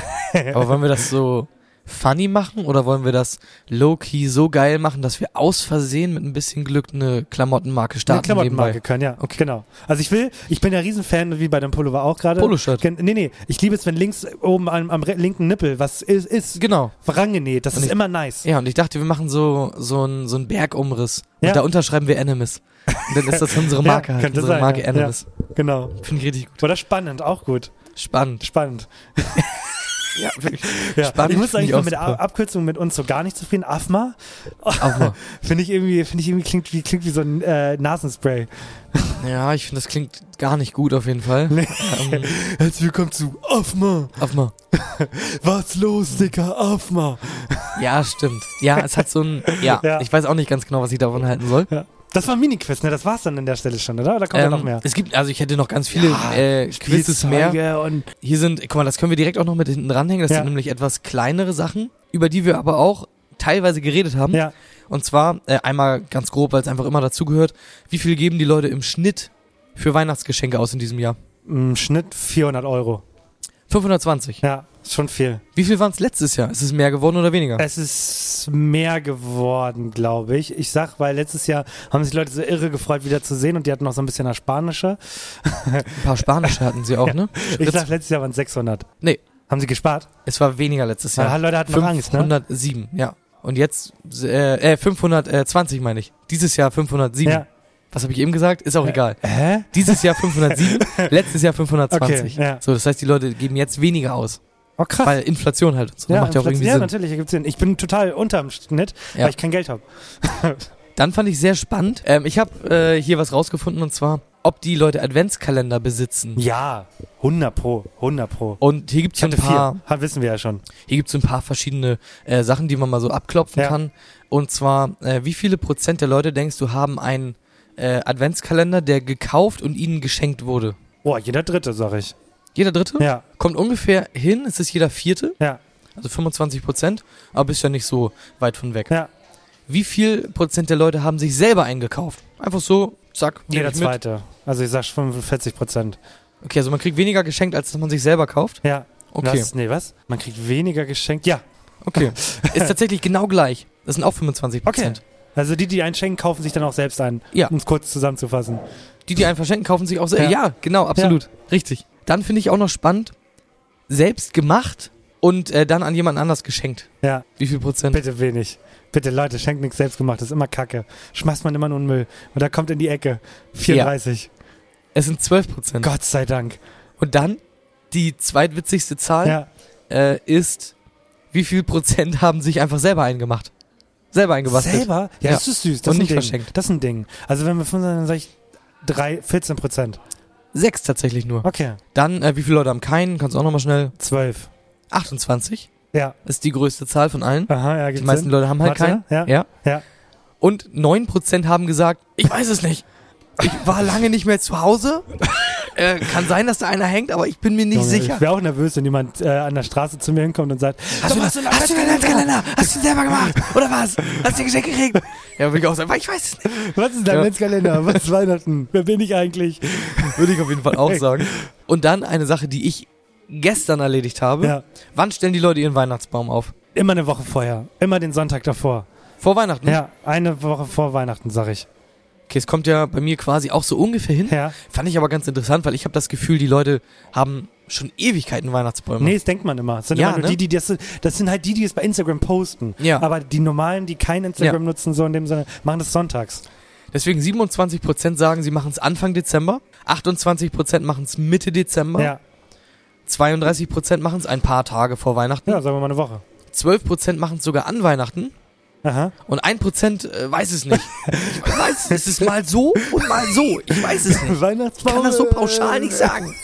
Aber wollen wir das so funny machen oder wollen wir das low-key so geil machen, dass wir aus Versehen mit ein bisschen Glück eine Klamottenmarke starten?
Eine Klamottenmarke
nebenbei?
können, ja. Okay. Genau. Also ich will, ich bin ja Riesenfan, wie bei deinem Pullover auch gerade.
Poloshirt.
Gen- Nee, nee. Ich liebe es, wenn links oben am, am re- linken Nippel was ist, ist
Genau.
rangenäht. Das
Und
ist
ich-
immer nice.
Ja, und ich dachte, wir machen so, so einen so einen Bergumriss.
Ja.
Und da unterschreiben wir Animus. Und dann ist das unsere Marke
Ja,
halt.
könnte
Unsere
sein,
Marke
ja.
Animus.
Genau.
Finde ich richtig gut.
Oder spannend, auch gut.
Spannend.
Spannend.
Ja, wirklich.
Ja.
Spannend
ich muss
finde
eigentlich
ich
mal
auch
mit
super.
Ab Abkürzungen mit uns so gar nicht zufrieden. AFMA
Auch mal.
finde ich irgendwie, finde ich irgendwie klingt wie, klingt wie so ein äh, Nasenspray.
Ja, ich finde, das klingt gar nicht gut auf jeden Fall. Ähm,
Herzlich willkommen zu AFMA.
auf mal.
Was los, Dicker? AFMA.
Ja, stimmt. Ja, es hat so ein. Ja,
Ja.
ich weiß auch nicht ganz genau, was ich davon halten soll.
Ja. Das war ein Mini-Quiz, ne? Das war's dann an der Stelle schon, oder? Oder kommt
Ähm,
da noch mehr?
Es gibt, also ich hätte noch ganz viele äh, Quizzes mehr.
Spielzeuge Und
Hier sind, guck mal, das können wir direkt auch noch mit hinten dranhängen. Das
Ja.
sind nämlich etwas kleinere Sachen, über die wir aber auch teilweise geredet haben.
Ja.
Und zwar äh, einmal ganz grob, weil es einfach immer dazugehört. Wie viel geben die Leute im Schnitt für Weihnachtsgeschenke aus in diesem Jahr?
Im mm, Schnitt 400 Euro.
520.
Ja, ist schon viel.
Wie viel waren es letztes Jahr? Ist es mehr geworden oder weniger?
Es ist mehr geworden, glaube ich. Ich sag, weil letztes Jahr haben sich Leute so irre gefreut, wieder zu sehen und die hatten noch so ein bisschen das Spanische.
Ein paar spanische hatten sie auch, ne?
Ich
Jetzt-
sag, letztes Jahr waren es 600.
Nee.
Haben sie gespart?
Es war weniger letztes Jahr.
Weil Leute hatten noch Angst, ne?
507, ja. Und jetzt äh, äh 520 meine ich. Dieses Jahr 507.
Ja.
Was habe ich eben gesagt? Ist auch egal.
Hä?
Dieses Jahr 507, letztes Jahr 520.
Okay, ja.
So, das heißt, die Leute geben jetzt weniger aus,
Oh, krass.
weil Inflation halt. und So
ja,
macht ja auch
Inflation-
irgendwie
ja
Sinn.
natürlich, ergibt Sinn. Ich bin total unterm Schnitt,
Ja.
weil ich kein Geld habe.
Dann fand ich sehr spannend. Ähm, ich habe äh, hier was rausgefunden und zwar, ob die Leute Adventskalender besitzen.
Ja, 100 pro, 100 pro.
Und hier gibt's
Ich
so ein
hatte
paar,
vier, Ha, wissen wir ja schon.
hier gibt's so ein paar verschiedene äh, Sachen, die man mal so abklopfen
Ja.
kann. Und zwar, äh, wie viele Prozent der Leute denkst du haben einen äh, Adventskalender, der gekauft und ihnen geschenkt wurde?
Boah, Oh, jeder Dritte, sag ich.
Jeder Dritte?
Ja,
Kommt ungefähr hin, es ist jeder Vierte,
ja,
also 25 Prozent, aber bist ja nicht so weit von weg.
ja.
Wie viel Prozent der Leute haben sich selber eingekauft? Einfach so, zack, nehm
Jeder
ich mit.
Zweite. Also ich sag 45 Prozent.
Okay, also man kriegt weniger geschenkt, als dass man sich selber kauft.
Ja.
Okay.
Was? Nee, was? Man kriegt weniger geschenkt. Ja.
Okay. Ist tatsächlich genau gleich. Das sind auch 25 Prozent.
Also die, die einen schenken, kaufen sich dann auch selbst ein.
Ja.
Um es kurz zusammenzufassen.
Die, die einen verschenken, kaufen sich auch selber.
Ja.
Ja. genau, absolut. Richtig. Dann finde ich auch noch spannend, selbst gemacht und äh, dann an jemand anders geschenkt.
Ja.
Wie viel Prozent?
Bitte wenig. Bitte Leute, schenkt nichts selbstgemachtes. Immer Kacke. Schmeißt man immer nur in den Müll. Und da kommt in die Ecke. 34.
Es sind 12 Prozent.
Gott sei Dank.
Und dann die zweitwitzigste Zahl
Ja.
äh, ist, wie viel Prozent haben sich einfach selber eingemacht? Selber eingebastelt.
Selber?
Ja.
Ja, das ist süß.
Und
Das ist ein
nicht
Ding.
verschenkt.
Das ist ein Ding. Also wenn wir 5 sind, dann sage ich drei, 14 Prozent.
Sechs tatsächlich nur.
Okay,
Dann, äh, wie viele Leute haben keinen? Kannst du auch nochmal schnell.
zwölf.
28
Ja,
ist die größte Zahl von allen.
aha, ja,
Die
gibt's
meisten
Sinn.
Leute haben halt
Warte,
keinen.
ja.
ja.
Ja.
Und 9% haben gesagt, ich weiß es nicht. Ich war lange nicht mehr zu Hause. Äh, kann sein, dass da einer hängt, aber ich bin mir nicht
Junge,
sicher.
Ich wäre auch nervös, wenn jemand äh, an der Straße zu mir hinkommt und sagt,
Hast du, hast, du, hast du den Adventskalender? Hast du den selber gemacht? Oder was? Hast du ein Geschenk gekriegt? Ja, würde ich auch sagen, weil ich weiß es nicht.
was ist dein
Ja.
Adventskalender? Was ist Weihnachten? Wer bin ich eigentlich?
Würde ich auf jeden Fall auch sagen. Und dann eine Sache, die ich gestern erledigt habe.
Ja.
Wann stellen die Leute ihren Weihnachtsbaum auf?
Immer eine Woche vorher. Immer den Sonntag davor.
Vor Weihnachten?
Ja, eine Woche vor Weihnachten, sag ich.
Okay, es kommt ja bei mir quasi auch so ungefähr hin.
Ja.
Fand ich aber ganz interessant, weil ich habe das Gefühl, die Leute haben schon Ewigkeiten Weihnachtsbäume.
Nee, das denkt man immer. Das sind
Ja,
immer
ne?
nur die, die das, das sind halt die, die es bei Instagram posten.
Ja.
Aber die normalen, die kein Instagram nutzen, so in dem Sinne, machen das sonntags.
Deswegen 27% sagen, sie machen es Anfang Dezember, 28% machen es Mitte Dezember,
Ja.
32% machen es ein paar Tage vor Weihnachten,
Ja, sagen wir mal eine Woche.
12% machen es sogar an Weihnachten
Aha.
und 1% äh, weiß es nicht. ich weiß, es ist mal so und mal so. Ich weiß es nicht. Ich
Weihnachtsbaum.
kann das so pauschal nicht sagen.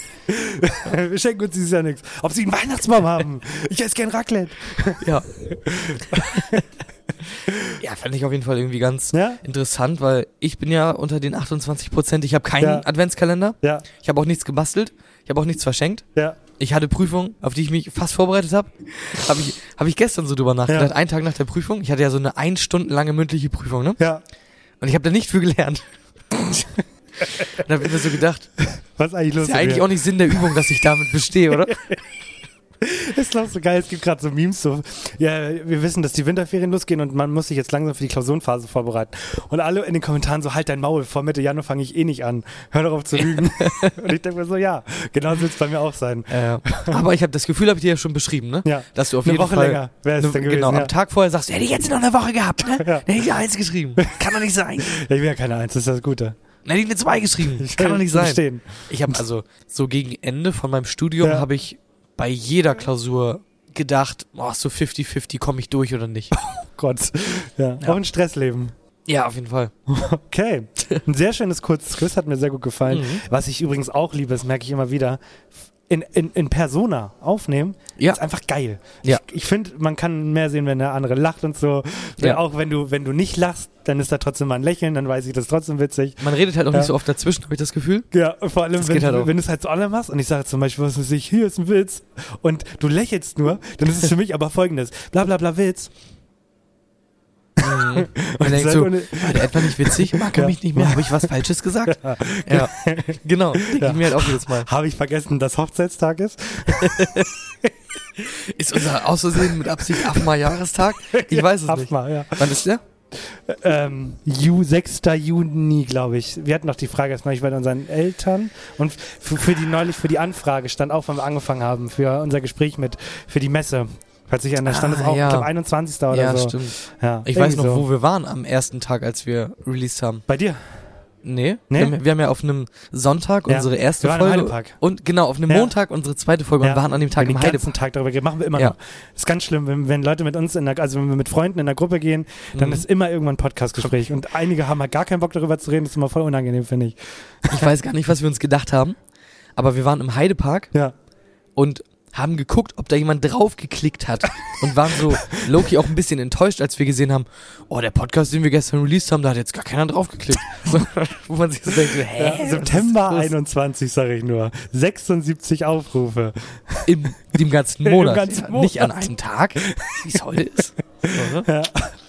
Wir schenken uns dieses Jahr nichts. Ob sie einen Weihnachtsbaum haben. Ich esse gern Raclette.
Ja. ja, fand ich auf jeden Fall irgendwie ganz
Ja?
interessant, weil ich bin ja unter den 28 Prozent. Ich habe keinen
Ja.
Adventskalender.
Ja,
Ich habe auch nichts gebastelt. Ich habe auch nichts verschenkt.
ja.
Ich hatte Prüfungen, auf die ich mich fast vorbereitet habe. Habe ich, hab ich gestern so drüber nachgedacht.
Ja.
Einen Tag nach der Prüfung. Ich hatte ja so eine ein Stunden lange mündliche Prüfung, ne?
Ja.
Und ich habe da nicht viel gelernt. Und da habe ich mir so gedacht,
Was ist eigentlich los?
ist ja eigentlich
mit
auch nicht Sinn der Übung, dass ich damit bestehe, oder?
mir? ist doch so geil. Es gibt gerade so Memes. So. Ja, wir wissen, dass die Winterferien losgehen und man muss sich jetzt langsam für die Klausurenphase vorbereiten. Und alle in den Kommentaren so, halt dein Maul. Vor Mitte Januar fange ich eh nicht an. Hör doch auf zu lügen. und ich denke mir so, ja, genau so wird es bei mir auch sein.
Äh, aber ich habe das Gefühl, habe ich dir ja schon beschrieben, ne?
Ja.
Dass du auf
Eine
jeden
Woche
Fall
länger wär's
eine-
dann gewesen,
Genau,
ja.
am Tag vorher sagst du, hätte ich jetzt noch eine Woche gehabt, ne?
Ja.
Dann hätte ich eine Eins geschrieben. Kann doch nicht sein.
Ja, ich bin ja keine Eins, das ist das Gute.
Dann hätte ich eine Zwei geschrieben. Kann doch nicht sein.
Verstehen.
Ich habe also so gegen Ende von meinem Studium
Ja.
habe ich bei jeder Klausur gedacht, oh, so 50-50 komme ich durch oder nicht.
Gott. Ja. Auch ein Stressleben.
ja, auf jeden Fall.
Okay. Ein sehr schönes kurzes Quiz hat mir sehr gut gefallen.
Mhm.
Was ich übrigens auch liebe, das merke ich immer wieder. In, in, in Persona aufnehmen,
Ja.
ist einfach geil.
Ja.
Ich, ich finde, man kann mehr sehen, wenn der andere lacht und so.
Ja.
Auch wenn du, wenn du nicht lachst, dann ist da trotzdem mal ein Lächeln, dann weiß ich das ist trotzdem witzig.
Man redet halt auch
Ja.
nicht so oft dazwischen, habe ich das Gefühl.
Ja, vor allem, wenn,
geht halt auch.
wenn du es halt so online machst und ich sage zum Beispiel, was weiß ich, hier ist ein Witz und du lächelst nur, dann ist es für mich aber folgendes. Bla bla bla Witz.
Man denkt
Sag
so,
ohne-
war der etwa nicht witzig? Mag er
Ja.
mich nicht mehr? Habe ich was Falsches gesagt? Ja, genau. Denke ich mir halt auch jedes Mal.
Habe ich vergessen, dass Hochzeitstag ist?
Ist unser Außersehen mit Absicht Afma-Jahrestag? Ich weiß es nicht.
Mal, ja.
Wann ist der?
ähm, Ju, 6. Juni, glaube ich. Wir hatten noch die Frage erst neulich bei unseren Eltern und für, für die neulich für die Anfrage stand auch, wenn wir angefangen haben, für unser Gespräch mit, für die Messe. Hört sich an, da stand
Ah,
es auch,
ja.
ich glaube, 21. oder
ja,
so.
stimmt.
Ja,
Ich weiß
irgendwie
noch,
so.
wo wir waren am ersten Tag, als wir released haben.
Bei dir?
Nee,
Nee?
Wir, haben, wir haben ja auf einem Sonntag
Ja.
unsere erste
Wir waren im
Folge.
Heidepark.
Und genau, auf einem
Ja.
Montag unsere zweite Folge
Ja,
und waren an dem Tag
wir haben
im
den
Heidepark.
ganzen Tag darüber geredet. Machen wir immer
Ja.
noch. Ist ganz schlimm, wenn, wenn Leute mit uns, in der, also wenn wir mit Freunden in der Gruppe gehen, dann
Mhm.
ist immer irgendwann ein Podcastgespräch. Und einige haben halt gar keinen Bock darüber zu reden. Das ist immer voll unangenehm, finde ich.
Ich weiß gar nicht, was wir uns gedacht haben, aber wir waren im Heidepark
Ja.
und haben geguckt, ob da jemand draufgeklickt hat und waren so Loki auch ein bisschen enttäuscht, als wir gesehen haben, oh, der Podcast, den wir gestern released haben, da hat jetzt gar keiner draufgeklickt. Wo man sich so denkt, so, hä? was ist
September
los?
21, sage ich nur. 76 Aufrufe.
Im, dem ganzen
Im
Monat.
ganzen
ja, Nicht an
Monat.
einem Tag, wie es heute ist. So, ne?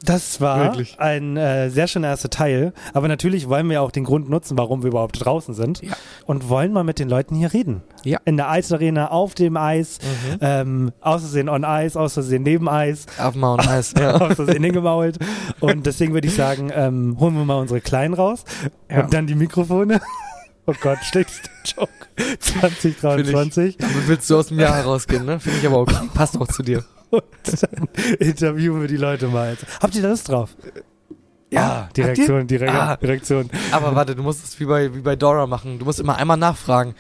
Das war
Wirklich.
ein äh, sehr schöner erster Teil. Aber natürlich wollen wir auch den Grund nutzen, warum wir überhaupt draußen sind.
Ja.
Und wollen mal mit den Leuten hier reden.
Ja.
In der Eisarena, auf dem Eis,
Mhm.
ähm, aus Versehen on Eis, aus Versehen neben Eis,
Auf Mount Heiß, ja.
aus Versehen hingemault. Und deswegen würde ich sagen, ähm, holen wir mal unsere Kleinen raus
Ja.
und dann die Mikrofone. Oh Gott, schlechtester Joke. 2023.
Damit willst du aus dem Jahr herausgehen, ne? Finde ich aber okay. Passt auch zu dir.
Und dann interviewen wir die Leute mal. Habt ihr da Lust drauf?
Ja,
Die Reaktion, die Re
Ah.
Reaktion.
Aber warte, du musst es wie bei, wie bei Dora machen. Du musst immer einmal nachfragen.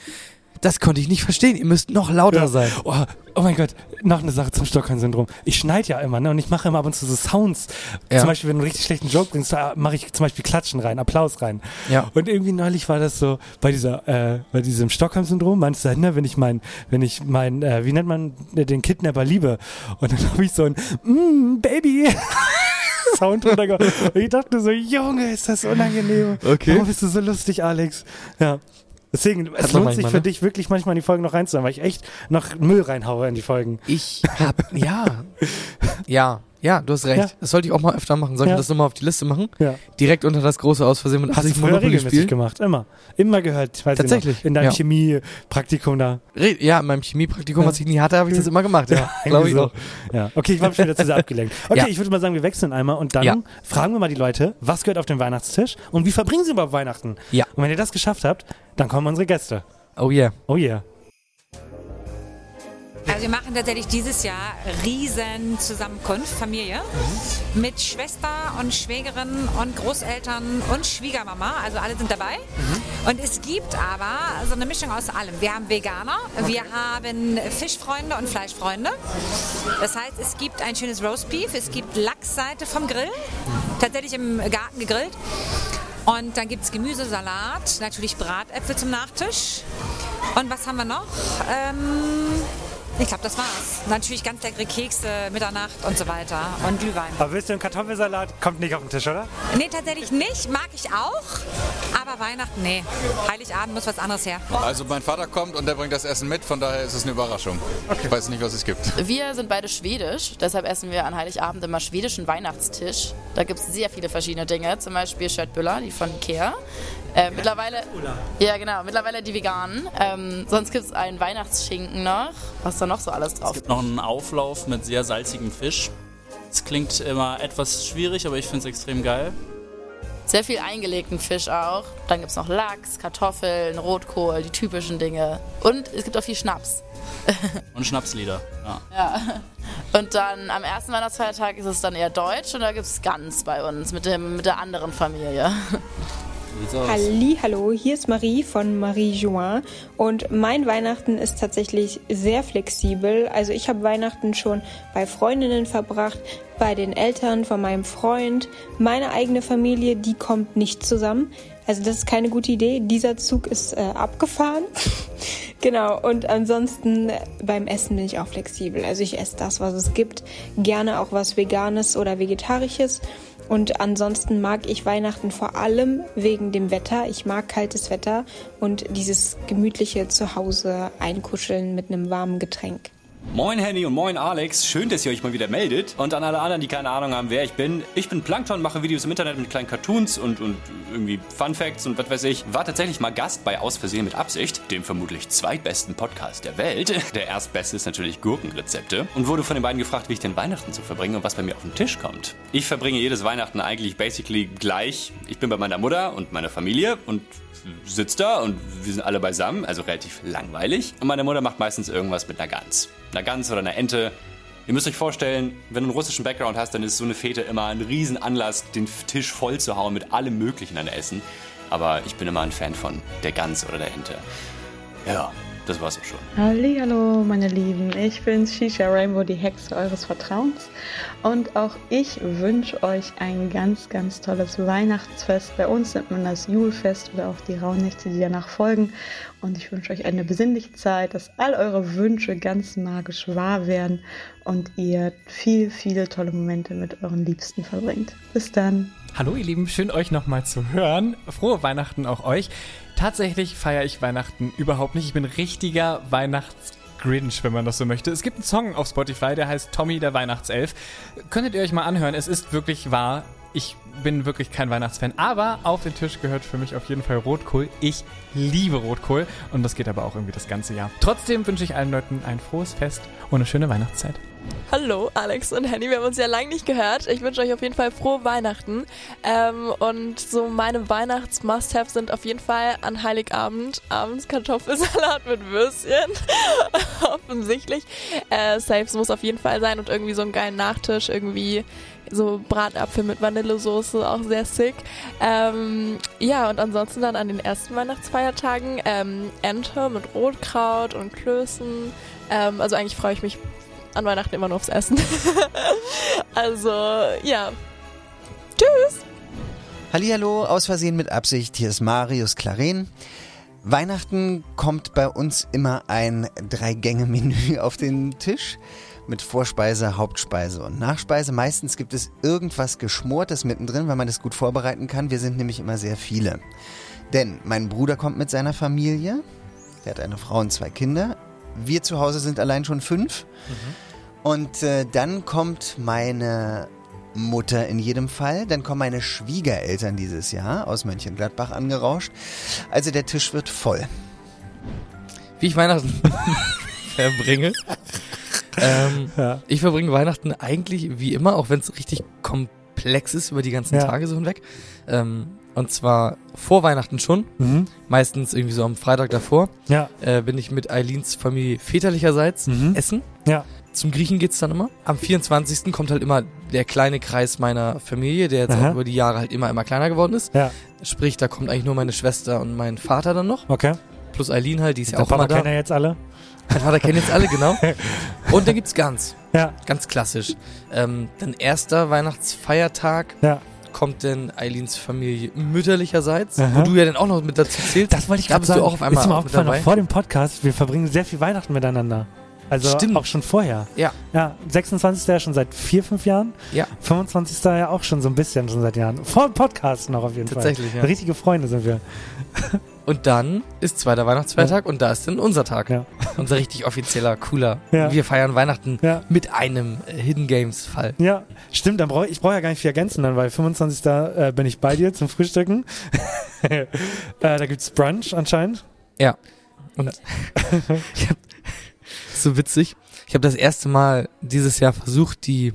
Das konnte ich nicht verstehen. Ihr müsst noch lauter sein.
Oh, oh mein Gott, noch eine Sache zum Stockholm-Syndrom. Ich schneide ja immer, ne? Und ich mache immer ab und zu so Sounds.
Ja.
Zum Beispiel, wenn du einen richtig schlechten Joke bringst, da mache ich zum Beispiel Klatschen rein, Applaus rein.
Ja.
Und irgendwie neulich war das so, bei dieser, äh, bei diesem Stockholm-Syndrom, meinst du, ne, wenn ich mein, wenn ich mein, äh, wie nennt man äh, den Kidnapper liebe? Und dann habe ich so ein mm, Baby. Sound runtergehauen. Und ich dachte so, Junge, ist das unangenehm.
Okay.
Warum bist du so lustig, Alex? Ja. Deswegen, es
man
lohnt sich
manchmal,
für
ne?
dich wirklich manchmal in die Folgen noch reinzuhören, weil ich echt noch Müll reinhaue in die Folgen.
Ich hab. ja. Ja. Ja, du hast recht.
Ja.
Das sollte ich auch mal öfter machen. Soll ich
Ja.
mir das nochmal auf die Liste machen?
Ja.
Direkt unter das große Aus Versehen mit
Hast du
Absicht
früher
Monopoly
regelmäßig
spielen?
gemacht, immer. Immer gehört. Weiß ich
Tatsächlich,
Noch, in deinem
ja.
Chemie-Praktikum da.
Re- Ja, in meinem Chemiepraktikum, was ich nie hatte, habe ich das immer gemacht. Ja, glaube
Irgendwie
ich
so.
doch.
Ja. Okay, ich war schon wieder zu sehr abgelenkt. Okay,
Ja.
ich würde mal sagen, wir wechseln einmal und dann
Ja.
fragen wir mal die Leute, was gehört auf den Weihnachtstisch und wie verbringen sie überhaupt Weihnachten?
Ja.
Und wenn ihr das geschafft habt, dann kommen unsere Gäste.
Oh yeah.
Oh yeah.
Also wir machen tatsächlich dieses Jahr riesen Zusammenkunft, Familie, mit Schwester und Schwägerin und Großeltern und Schwiegermama, also alle sind dabei. Und es gibt aber so eine Mischung aus allem. Wir haben Veganer, wir haben Fischfreunde und Fleischfreunde. Das heißt, es gibt ein schönes Roastbeef, es gibt Lachsseite vom Grill, tatsächlich im Garten gegrillt. Und dann gibt es Gemüsesalat, natürlich Bratäpfel zum Nachtisch. Und was haben wir noch? Ähm, ich glaube, das war's. Natürlich ganz leckere Kekse, Mitternacht und so weiter und Glühwein.
Aber willst du einen Kartoffelsalat? Kommt nicht auf den Tisch, oder?
Nee, tatsächlich nicht. Mag ich auch. Aber Weihnachten, nee. Heiligabend muss was anderes her.
Also mein Vater kommt und der bringt das Essen mit, von daher ist es eine Überraschung. Ich weiß nicht, was es gibt.
Wir sind beide schwedisch, deshalb essen wir an Heiligabend immer schwedischen Weihnachtstisch. Da gibt es sehr viele verschiedene Dinge, zum Beispiel Schöttbüller, die von Ikea. Äh, mittlerweile, ja genau, mittlerweile die veganen. Ähm, sonst gibt es einen Weihnachtsschinken noch. Was ist da noch so alles drauf?
Noch einen Auflauf mit sehr salzigem Fisch. Es klingt immer etwas schwierig, aber ich finde es extrem geil.
Sehr viel eingelegten Fisch auch. Dann gibt es noch Lachs, Kartoffeln, Rotkohl, die typischen Dinge. Und es gibt auch viel Schnaps.
Und Schnapslieder. Ja.
Und dann am ersten Weihnachtsfeiertag ist es dann eher deutsch und da gibt es Gans bei uns mit, dem, mit der anderen Familie.
Sieht's aus.
Halli, hallo, hier ist Marie von Marie Join und mein Weihnachten ist tatsächlich sehr flexibel. Also ich habe Weihnachten schon bei Freundinnen verbracht, bei den Eltern von meinem Freund. Meine eigene Familie, die kommt nicht zusammen. Also das ist keine gute Idee. Dieser Zug ist äh, abgefahren. genau, und ansonsten äh, beim Essen bin ich auch flexibel. Also ich esse das, was es gibt. Gerne auch was Veganes oder Vegetarisches. Und ansonsten mag ich Weihnachten vor allem wegen dem Wetter. Ich mag kaltes Wetter und dieses gemütliche Zuhause einkuscheln mit einem warmen Getränk.
Moin Henny und moin Alex, schön, dass ihr euch mal wieder meldet. Und an alle anderen, die keine Ahnung haben, wer ich bin. Ich bin Plankton, mache Videos im Internet mit kleinen Cartoons und, und irgendwie Fun Facts und was weiß ich. War tatsächlich mal Gast bei Aus Versehen mit Absicht, dem vermutlich zweitbesten Podcast der Welt. Der erstbeste ist natürlich Gurkenrezepte. Und wurde von den beiden gefragt, wie ich denn Weihnachten so verbringe und was bei mir auf den Tisch kommt. Ich verbringe jedes Weihnachten eigentlich basically gleich. Ich bin bei meiner Mutter und meiner Familie und sitzt da und wir sind alle beisammen, also relativ langweilig. Und meine Mutter macht meistens irgendwas mit einer Gans. Einer Gans oder einer Ente. Ihr müsst euch vorstellen, wenn du einen russischen Background hast, dann ist so eine Fete immer ein Riesenanlass, den Tisch voll zu hauen mit allem Möglichen an Essen. Aber ich bin immer ein Fan von der Gans oder der Ente. Ja, das war's auch schon.
Halli, hallo, meine Lieben. Ich bin Shisha Rainbow, die Hexe eures Vertrauens. Und auch ich wünsche euch ein ganz, ganz tolles Weihnachtsfest. Bei uns nennt man das Julfest oder auch die Rauhnächte, die danach folgen. Und ich wünsche euch eine besinnliche Zeit, dass all eure Wünsche ganz magisch wahr werden und ihr viel, viele tolle Momente mit euren Liebsten verbringt. Bis dann.
Hallo ihr Lieben, schön euch nochmal zu hören. Frohe Weihnachten auch euch. Tatsächlich feiere ich Weihnachten überhaupt nicht. Ich bin richtiger Weihnachts-Grinch, wenn man das so möchte. Es gibt einen Song auf Spotify, der heißt Tommy der Weihnachtself. Könntet ihr euch mal anhören, es ist wirklich wahr. Ich bin wirklich kein Weihnachtsfan, aber auf den Tisch gehört für mich auf jeden Fall Rotkohl. Ich liebe Rotkohl und das geht aber auch irgendwie das ganze Jahr. Trotzdem wünsche ich allen Leuten ein frohes Fest und eine schöne Weihnachtszeit.
Hallo Alex und Henny, wir haben uns ja lange nicht gehört. Ich wünsche euch auf jeden Fall frohe Weihnachten. Ähm, und so meine Weihnachts-Must-Haves sind auf jeden Fall an Heiligabend abends Kartoffelsalat mit Würstchen. Offensichtlich. Äh, Saves muss auf jeden Fall sein und irgendwie so einen geilen Nachtisch, irgendwie
so Bratapfel mit Vanillesoße, auch sehr sick. Ähm, ja, und ansonsten dann an den ersten Weihnachtsfeiertagen ähm, Ente mit Rotkraut und Klößen. Ähm, also eigentlich freue ich mich an Weihnachten immer nur aufs Essen. also, ja. Tschüss!
Hallihallo, aus Versehen mit Absicht, hier ist Marius Claren. Weihnachten kommt bei uns immer ein Drei-Gänge-Menü auf den Tisch mit Vorspeise, Hauptspeise und Nachspeise. Meistens gibt es irgendwas Geschmortes mittendrin, weil man das gut vorbereiten kann. Wir sind nämlich immer sehr viele. Denn mein Bruder kommt mit seiner Familie. Er hat eine Frau und zwei Kinder. Wir zu Hause sind allein schon fünf. Und äh, dann kommt meine Mutter in jedem Fall. Dann kommen meine Schwiegereltern dieses Jahr aus Mönchengladbach angerauscht. Also der Tisch wird voll.
Wie ich Weihnachten verbringe. ähm, Ich verbringe Weihnachten eigentlich wie immer, auch wenn es richtig komplex ist über die ganzen
Ja.
Tage so hinweg. Ähm, und zwar vor Weihnachten schon,
Mhm.
meistens irgendwie so am Freitag davor,
Ja.
äh, bin ich mit Eileens Familie väterlicherseits essen.
Mhm. Ja.
Zum Griechen geht's dann immer. Am 24. kommt halt immer der kleine Kreis meiner Familie, der jetzt
Aha.
auch über die Jahre halt immer immer kleiner geworden ist.
Ja.
Sprich, da kommt eigentlich nur meine Schwester und mein Vater dann noch.
Okay.
Plus Eileen halt, die ist ja
Der
auch immer
Papa
da.
kennt ja jetzt alle.
Mein Vater kennt jetzt alle, genau. Und dann gibt's Gans.
Ja.
Ganz klassisch. Ähm, dann erster Weihnachtsfeiertag
Ja.
kommt dann Eileens Familie mütterlicherseits,
Aha.
wo du ja dann auch noch mit dazu zählst. Das wollte ich
gerade
du auch auf einmal
ist mir
mit
aufgefallen, auch
dabei.
vor dem Podcast, wir verbringen sehr viel Weihnachten miteinander. Also
Stimmt.
auch schon vorher.
Ja.
Ja, 26. ja schon seit vier, fünf Jahren.
Ja.
25. ja auch schon so ein bisschen, schon seit Jahren. Vor dem Podcast noch auf jeden
Tatsächlich,
Fall.
ja.
Richtige Freunde sind wir.
Und dann ist zweiter Weihnachtsfeiertag und da ist dann unser Tag.
Ja.
Unser richtig offizieller, cooler.
Ja.
Wir feiern Weihnachten mit einem äh, Hidden Games Fall.
Ja, stimmt, dann brauch, ich brauche ja gar nicht viel ergänzen dann, weil 25. Äh, bin ich bei dir zum Frühstücken. äh, da gibt's Brunch anscheinend.
Ja. Und ich hab, so witzig. Ich habe das erste Mal dieses Jahr versucht, die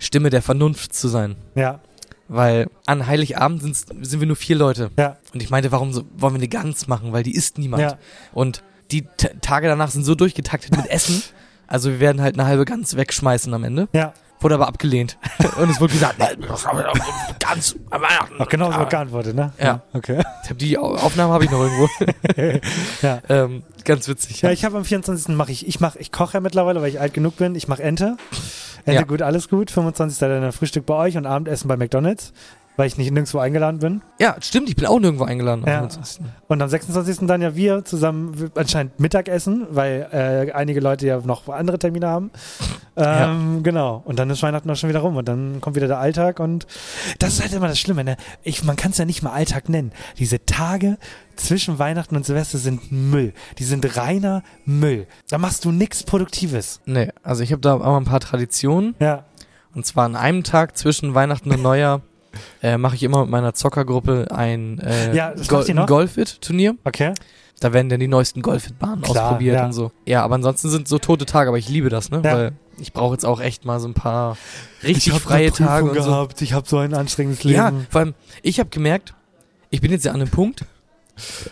Stimme der Vernunft zu sein.
Ja.
Weil an Heiligabend sind's, sind wir nur vier Leute.
Ja.
Und ich meinte, warum so, wollen wir eine Gans machen? Weil die isst niemand.
Ja.
Und die T Tage danach sind so durchgetaktet mit Essen. Also wir werden halt eine halbe Gans wegschmeißen am Ende.
Ja.
Wurde aber abgelehnt. Und es wurde gesagt, nein, das haben wir doch ganz am Weihnachten.
Auch genau so geantwortet, ne?
Ah. Ja.
Okay.
Ich hab die Au- Aufnahme habe ich noch irgendwo.
ja.
Ähm, ganz witzig.
Ja, ich habe am 24. mache ich, ich mache, ich koche ja mittlerweile, weil ich alt genug bin. Ich mache Ente. Ente
Ja.
gut, alles gut. 25. dann ein Frühstück bei euch und Abendessen bei McDonalds, weil ich nicht nirgendwo eingeladen bin.
Ja, stimmt, ich bin auch nirgendwo eingeladen.
Ja. Und am 26. dann ja wir zusammen w- anscheinend Mittagessen, weil äh, einige Leute ja noch andere Termine haben. Ähm, Genau. Und dann ist Weihnachten auch schon wieder rum und dann kommt wieder der Alltag und das ist halt immer das Schlimme. Ne? Ich, man kann es ja nicht mal Alltag nennen. Diese Tage zwischen Weihnachten und Silvester sind Müll. Die sind reiner Müll. Da machst du nichts Produktives.
Nee, also ich habe da auch ein paar Traditionen.
Ja.
Und zwar an einem Tag zwischen Weihnachten und Neujahr äh, mache ich immer mit meiner Zockergruppe ein äh,
Ja, das macht ihr noch?
Golfit-Turnier.
Okay.
Da werden dann die neuesten Golfit-Bahnen
Klar,
ausprobiert
ja.
und so. Ja, aber ansonsten sind so tote Tage, aber ich liebe das, ne?
Ja.
Weil ich brauche jetzt auch echt mal so ein paar richtig
ich hab
freie
eine Prüfung
Tage und so.
gehabt. Ich habe so ein anstrengendes Leben.
Ja, vor allem, ich habe gemerkt, ich bin jetzt ja an einem Punkt,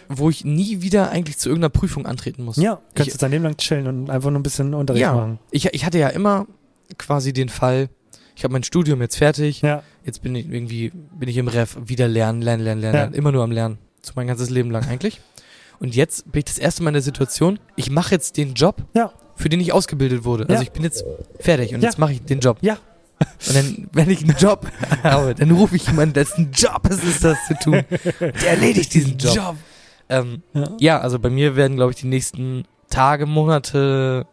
wo ich nie wieder eigentlich zu irgendeiner Prüfung antreten muss.
Ja, kannst
ich,
jetzt dein Leben lang chillen und einfach nur ein bisschen Unterricht
ja,
machen.
Ich, ich hatte ja immer quasi den Fall, ich habe mein Studium jetzt fertig, jetzt bin ich irgendwie, bin ich im Ref, wieder lernen, lernen, lernen, lernen,
Ja.
lernen, immer nur am Lernen. So mein ganzes Leben lang eigentlich. Und jetzt bin ich das erste Mal in der Situation, ich mache jetzt den Job, für den ich ausgebildet wurde. Also
Ja.
ich bin jetzt fertig und
Ja.
jetzt mache ich den Job.
Ja.
Und dann, wenn ich einen Job habe, dann rufe ich jemanden, dessen Job es ist, das zu tun. Der erledigt diesen Job.
Job.
Ähm,
Ja.
ja. also bei mir werden, glaube ich, die nächsten Tage, Monate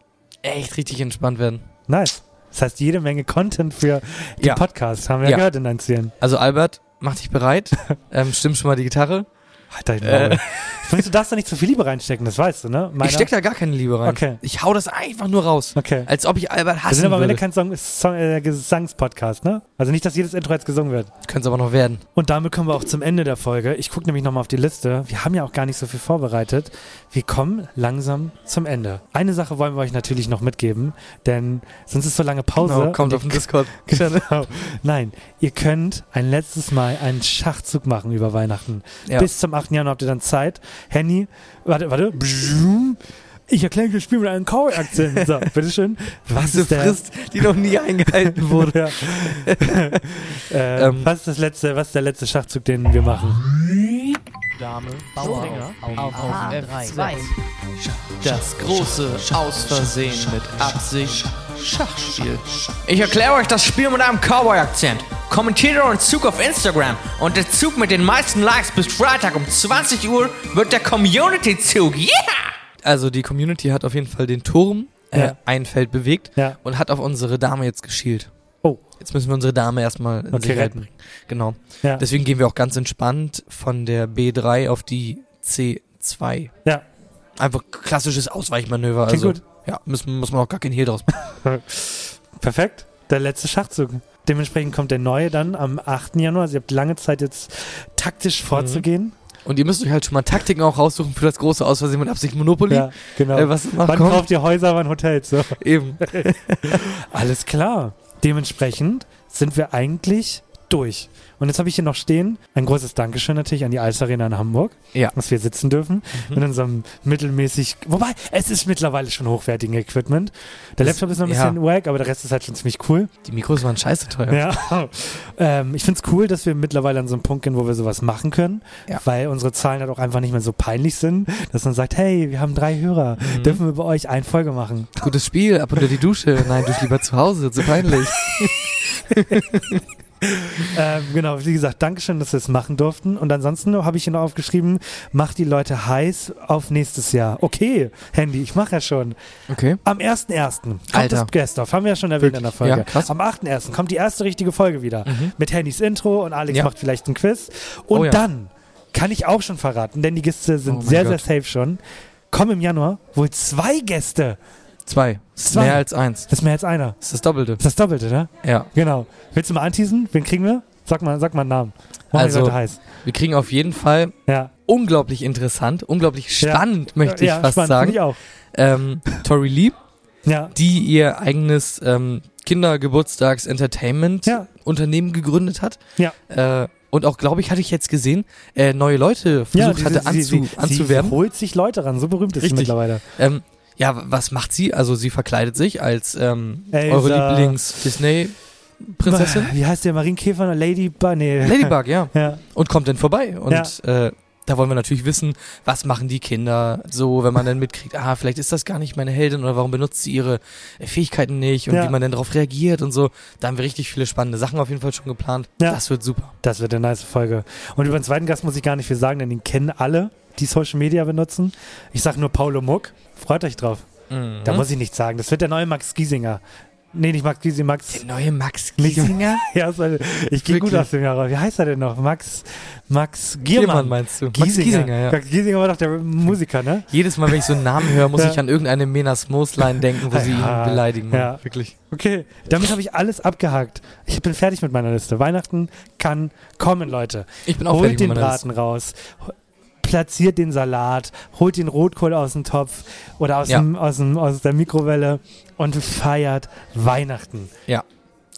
echt richtig entspannt werden.
Nice. Das heißt, jede Menge Content für den
Ja.
Podcast haben wir ja.
Ja.
gehört in deinen Zielen.
Also Albert, mach dich bereit. ähm, stimm schon mal die Gitarre.
Alter, Halt
äh,
ich Findest du darfst da nicht zu viel Liebe reinstecken, das weißt du, ne? Meiner-
ich steck da gar keine Liebe rein.
Okay.
Ich hau das einfach nur raus.
Okay.
Als ob ich Albert
Wir
hassen
sind aber am Ende
würde.
kein Song, Song, äh, Gesangspodcast, ne? Also nicht, dass jedes Intro jetzt gesungen wird.
Könnte es aber noch werden.
Und damit kommen wir auch zum Ende der Folge. Ich gucke nämlich nochmal auf die Liste. Wir haben ja auch gar nicht so viel vorbereitet. Wir kommen langsam zum Ende. Eine Sache wollen wir euch natürlich noch mitgeben, denn sonst ist so lange Pause.
Genau, kommt
Und ihr-
auf den Discord.
Genau. Nein, ihr könnt ein letztes Mal einen Schachzug machen über Weihnachten.
Ja.
Bis zum 8. Januar habt ihr dann Zeit. Handy, warte, warte. Bzzzzum. ich erkläre euch das Spiel mit einem Cowboy-Akzent. So, bitteschön. Was
Diese
ist der?
Frist, die noch nie eingehalten wurde.
Äh,
Ähm.
was ist das letzte, was ist der letzte Schachzug, den wir machen?
Dame
So,
Bauer
auf-
auf,
auf
F2.
F2.
Das große Aus Versehen mit Absicht Schachspiel. Ich erkläre euch das Spiel mit einem Cowboy-Akzent. Kommentiert euren Zug auf Instagram und der Zug mit den meisten Likes bis Freitag um 20 Uhr wird der Community-Zug. Yeah!
Also die Community hat auf jeden Fall den Turm äh,
Ja.
ein Feld bewegt und hat auf unsere Dame jetzt geschielt.
Oh.
Jetzt müssen wir unsere Dame erstmal in
Und die
Sicherheit
retten.
bringen. Genau.
Ja.
Deswegen gehen wir auch ganz entspannt von der B3 auf die C2.
Ja.
Einfach klassisches Ausweichmanöver.
Klingt
also,
gut.
Ja, müssen, muss man auch gar keinen Hehl draus machen.
Perfekt. Der letzte Schachzug. Dementsprechend kommt der neue dann am 8. Januar. Also ihr habt lange Zeit jetzt taktisch
Mhm.
vorzugehen.
Und ihr müsst euch halt schon mal Taktiken auch raussuchen für das große Ausversehen mit Absicht Monopoly.
Ja, genau.
Äh, was
wann
kommt.
kauft ihr Häuser, wann Hotels? So.
Eben.
Alles klar. Dementsprechend sind wir eigentlich durch. Und jetzt habe ich hier noch stehen, ein großes Dankeschön natürlich an die Eis Arena in Hamburg,
Ja.
dass wir sitzen dürfen
Mhm.
mit unserem mittelmäßig, wobei es ist mittlerweile schon hochwertigen Equipment. Der
Das-
Laptop ist noch ein
ja.
bisschen wack, aber der Rest ist halt schon ziemlich cool.
Die Mikros waren scheiße teuer.
Ja. Ähm, ich finde es cool, dass wir mittlerweile an so einem Punkt gehen, wo wir sowas machen können, weil unsere Zahlen halt auch einfach nicht mehr so peinlich sind, dass man sagt, hey, wir haben drei Hörer,
Mhm.
dürfen wir bei euch eine Folge machen?
Gutes Spiel, ab unter die Dusche. Nein, dusch lieber zu Hause, zu peinlich.
ähm, genau, wie gesagt, Dankeschön, dass wir es machen durften. Und ansonsten habe ich hier noch aufgeschrieben, macht die Leute heiß auf nächstes Jahr. Okay, Handy, ich mache ja schon.
Okay.
Am 1.1. kommt
Alter.
das Guest-Off, haben wir ja schon erwähnt in der
Wirklich?
Folge.
Ja, krass.
Am 8.1. kommt die erste richtige Folge wieder.
Mhm.
Mit Handys Intro und Alex
Ja.
macht vielleicht ein Quiz. Und
Oh ja.
dann kann ich auch schon verraten, denn die Gäste
Oh
sind
mein
sehr,
Gott.
sehr safe schon. Kommen im Januar wohl zwei Gäste.
Zwei.
Zwei.
Mehr als eins.
Das ist mehr als einer.
Das ist das Doppelte.
Das ist das Doppelte, ne?
Ja.
Genau. Willst du mal anteasen? Wen kriegen wir? Sag mal, sag mal einen Namen. Machen die
Also,
Leute heiß.
wir kriegen auf jeden Fall unglaublich interessant, unglaublich spannend, möchte ich
Ja,
fast
spannend,
sagen.
finde ich auch.
Ähm, Tori Lee,
Ja.
die ihr eigenes ähm, Kindergeburtstags-Entertainment-Unternehmen gegründet hat.
Ja.
Äh, und auch, glaube ich, hatte ich jetzt gesehen, äh, neue Leute
Ja,
versucht hatte
sie,
anzu,
sie, sie,
anzuwerben.
Sie holt sich Leute ran, so berühmt ist sie mittlerweile.
Ähm, ja, w- was macht sie? Also sie verkleidet sich als ähm,
Elsa.
eure Lieblings-Disney-Prinzessin
Wie heißt der Marienkäfer? Ladybug? Nee.
Ladybug, ja. Und kommt dann vorbei. Und äh, da wollen wir natürlich wissen, was machen die Kinder so, wenn man dann mitkriegt, ah, vielleicht ist das gar nicht meine Heldin oder warum benutzt sie ihre äh, Fähigkeiten nicht und
Ja.
wie man dann darauf reagiert und so. Da haben wir richtig viele spannende Sachen auf jeden Fall schon geplant.
Ja.
Das wird super.
Das wird eine nice Folge. Und über den zweiten Gast muss ich gar nicht viel sagen, denn den kennen alle, die Social Media benutzen. Ich sag nur Paulo Muck. Freut euch drauf.
Mhm.
Da muss ich nichts sagen. Das wird der neue Max Giesinger. Nee, nicht Max Giesinger, Max. Der
neue Max
Giesinger? ja, so, ich gehe gut
Wirklich?
aus dem Jahr raus. Wie heißt er denn noch? Max, Max Giermann.
Giermann meinst du? Max
Giesinger.
Giesinger, ja.
Max Giesinger war doch der Musiker, ne?
Jedes Mal, wenn ich so einen Namen höre, muss
Ja.
ich an irgendeine Menas Mooslein denken, wo sie ihn
Ja.
beleidigen. Mann.
Ja.
Wirklich.
Okay, damit habe ich alles abgehakt. Ich bin fertig mit meiner Liste. Weihnachten kann kommen, Leute.
Ich bin auch
Holt
fertig mit
den
meiner
Braten raus, ho- platziert den Salat, holt den Rotkohl aus dem Topf oder aus,
Ja.
dem, aus, dem, aus der Mikrowelle und feiert Weihnachten.
Ja.
Und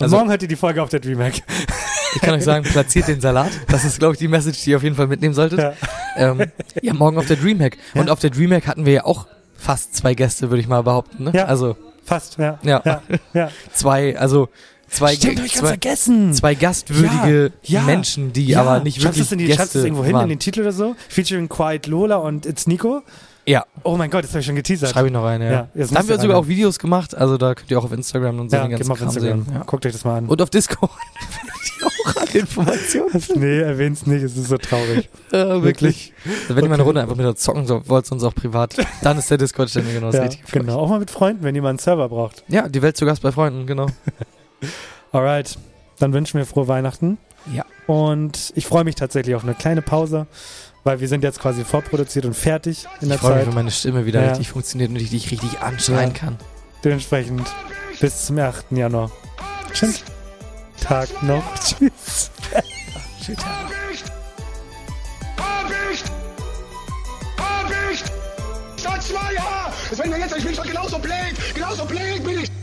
Also
morgen hört ihr die Folge auf der DreamHack.
Ich kann euch sagen, platziert den Salat. Das ist, glaube ich, die Message, die ihr auf jeden Fall mitnehmen solltet. Ja, ähm, ja morgen auf der Dreamhack. Und auf der Dreamhack hatten wir ja auch fast zwei Gäste, würde ich mal behaupten. Ne?
Ja,
Also,
fast, ja.
Ja.
Ja, ja.
Zwei, also zwei,
Stimmt,
Ge-
hab ich ganz
zwei,
vergessen.
zwei gastwürdige
Ja, ja,
Menschen, die
ja.
aber nicht
Schreibst du
wirklich
es in die, schreibst du
Gäste
es irgendwo hin,
waren.
in den Titel oder so? Featuring Quiet Lola und It's Nico.
ja,
Oh mein Gott, das habe ich schon geteasert.
schreibe ich noch rein. Ja. da haben
jetzt müsst ihr
wir sogar
reinhören.
auch Videos gemacht, also da könnt ihr auch auf Instagram und so
Ja,
den
geht
ganzen
mal auf
Kram
Instagram.
sehen. Ja.
Guckt euch das mal an.
Hm. Und auf Discord. auch alle Informationen.
nee, erwähnt's nicht, es ist so traurig.
Ja, wirklich. Wenn ihr mal eine
Okay.
Runde einfach mit uns zocken so- wollt, sonst auch privat, dann ist der Discord-Channel genau das
ja,
richtige.
genau, auch mal mit Freunden, wenn jemand einen Server braucht.
Ja, die Welt zu Gast bei Freunden, genau.
Alright, dann wünschen wir frohe Weihnachten.
Ja.
Und ich freue mich tatsächlich auf eine kleine Pause, weil wir sind jetzt quasi vorproduziert und fertig in der
Ich freue mich,
Zeit.
wenn meine Stimme wieder
Ja.
richtig funktioniert und ich dich richtig anschreien kann.
Dementsprechend bis zum 8. Januar. Schönen Tag noch. Tschüss.
Schönen Tag.
Habicht! Habicht! Das war ja! Wenn wir jetzt, ich bin schon genauso blöd! Genauso blöd bin ich!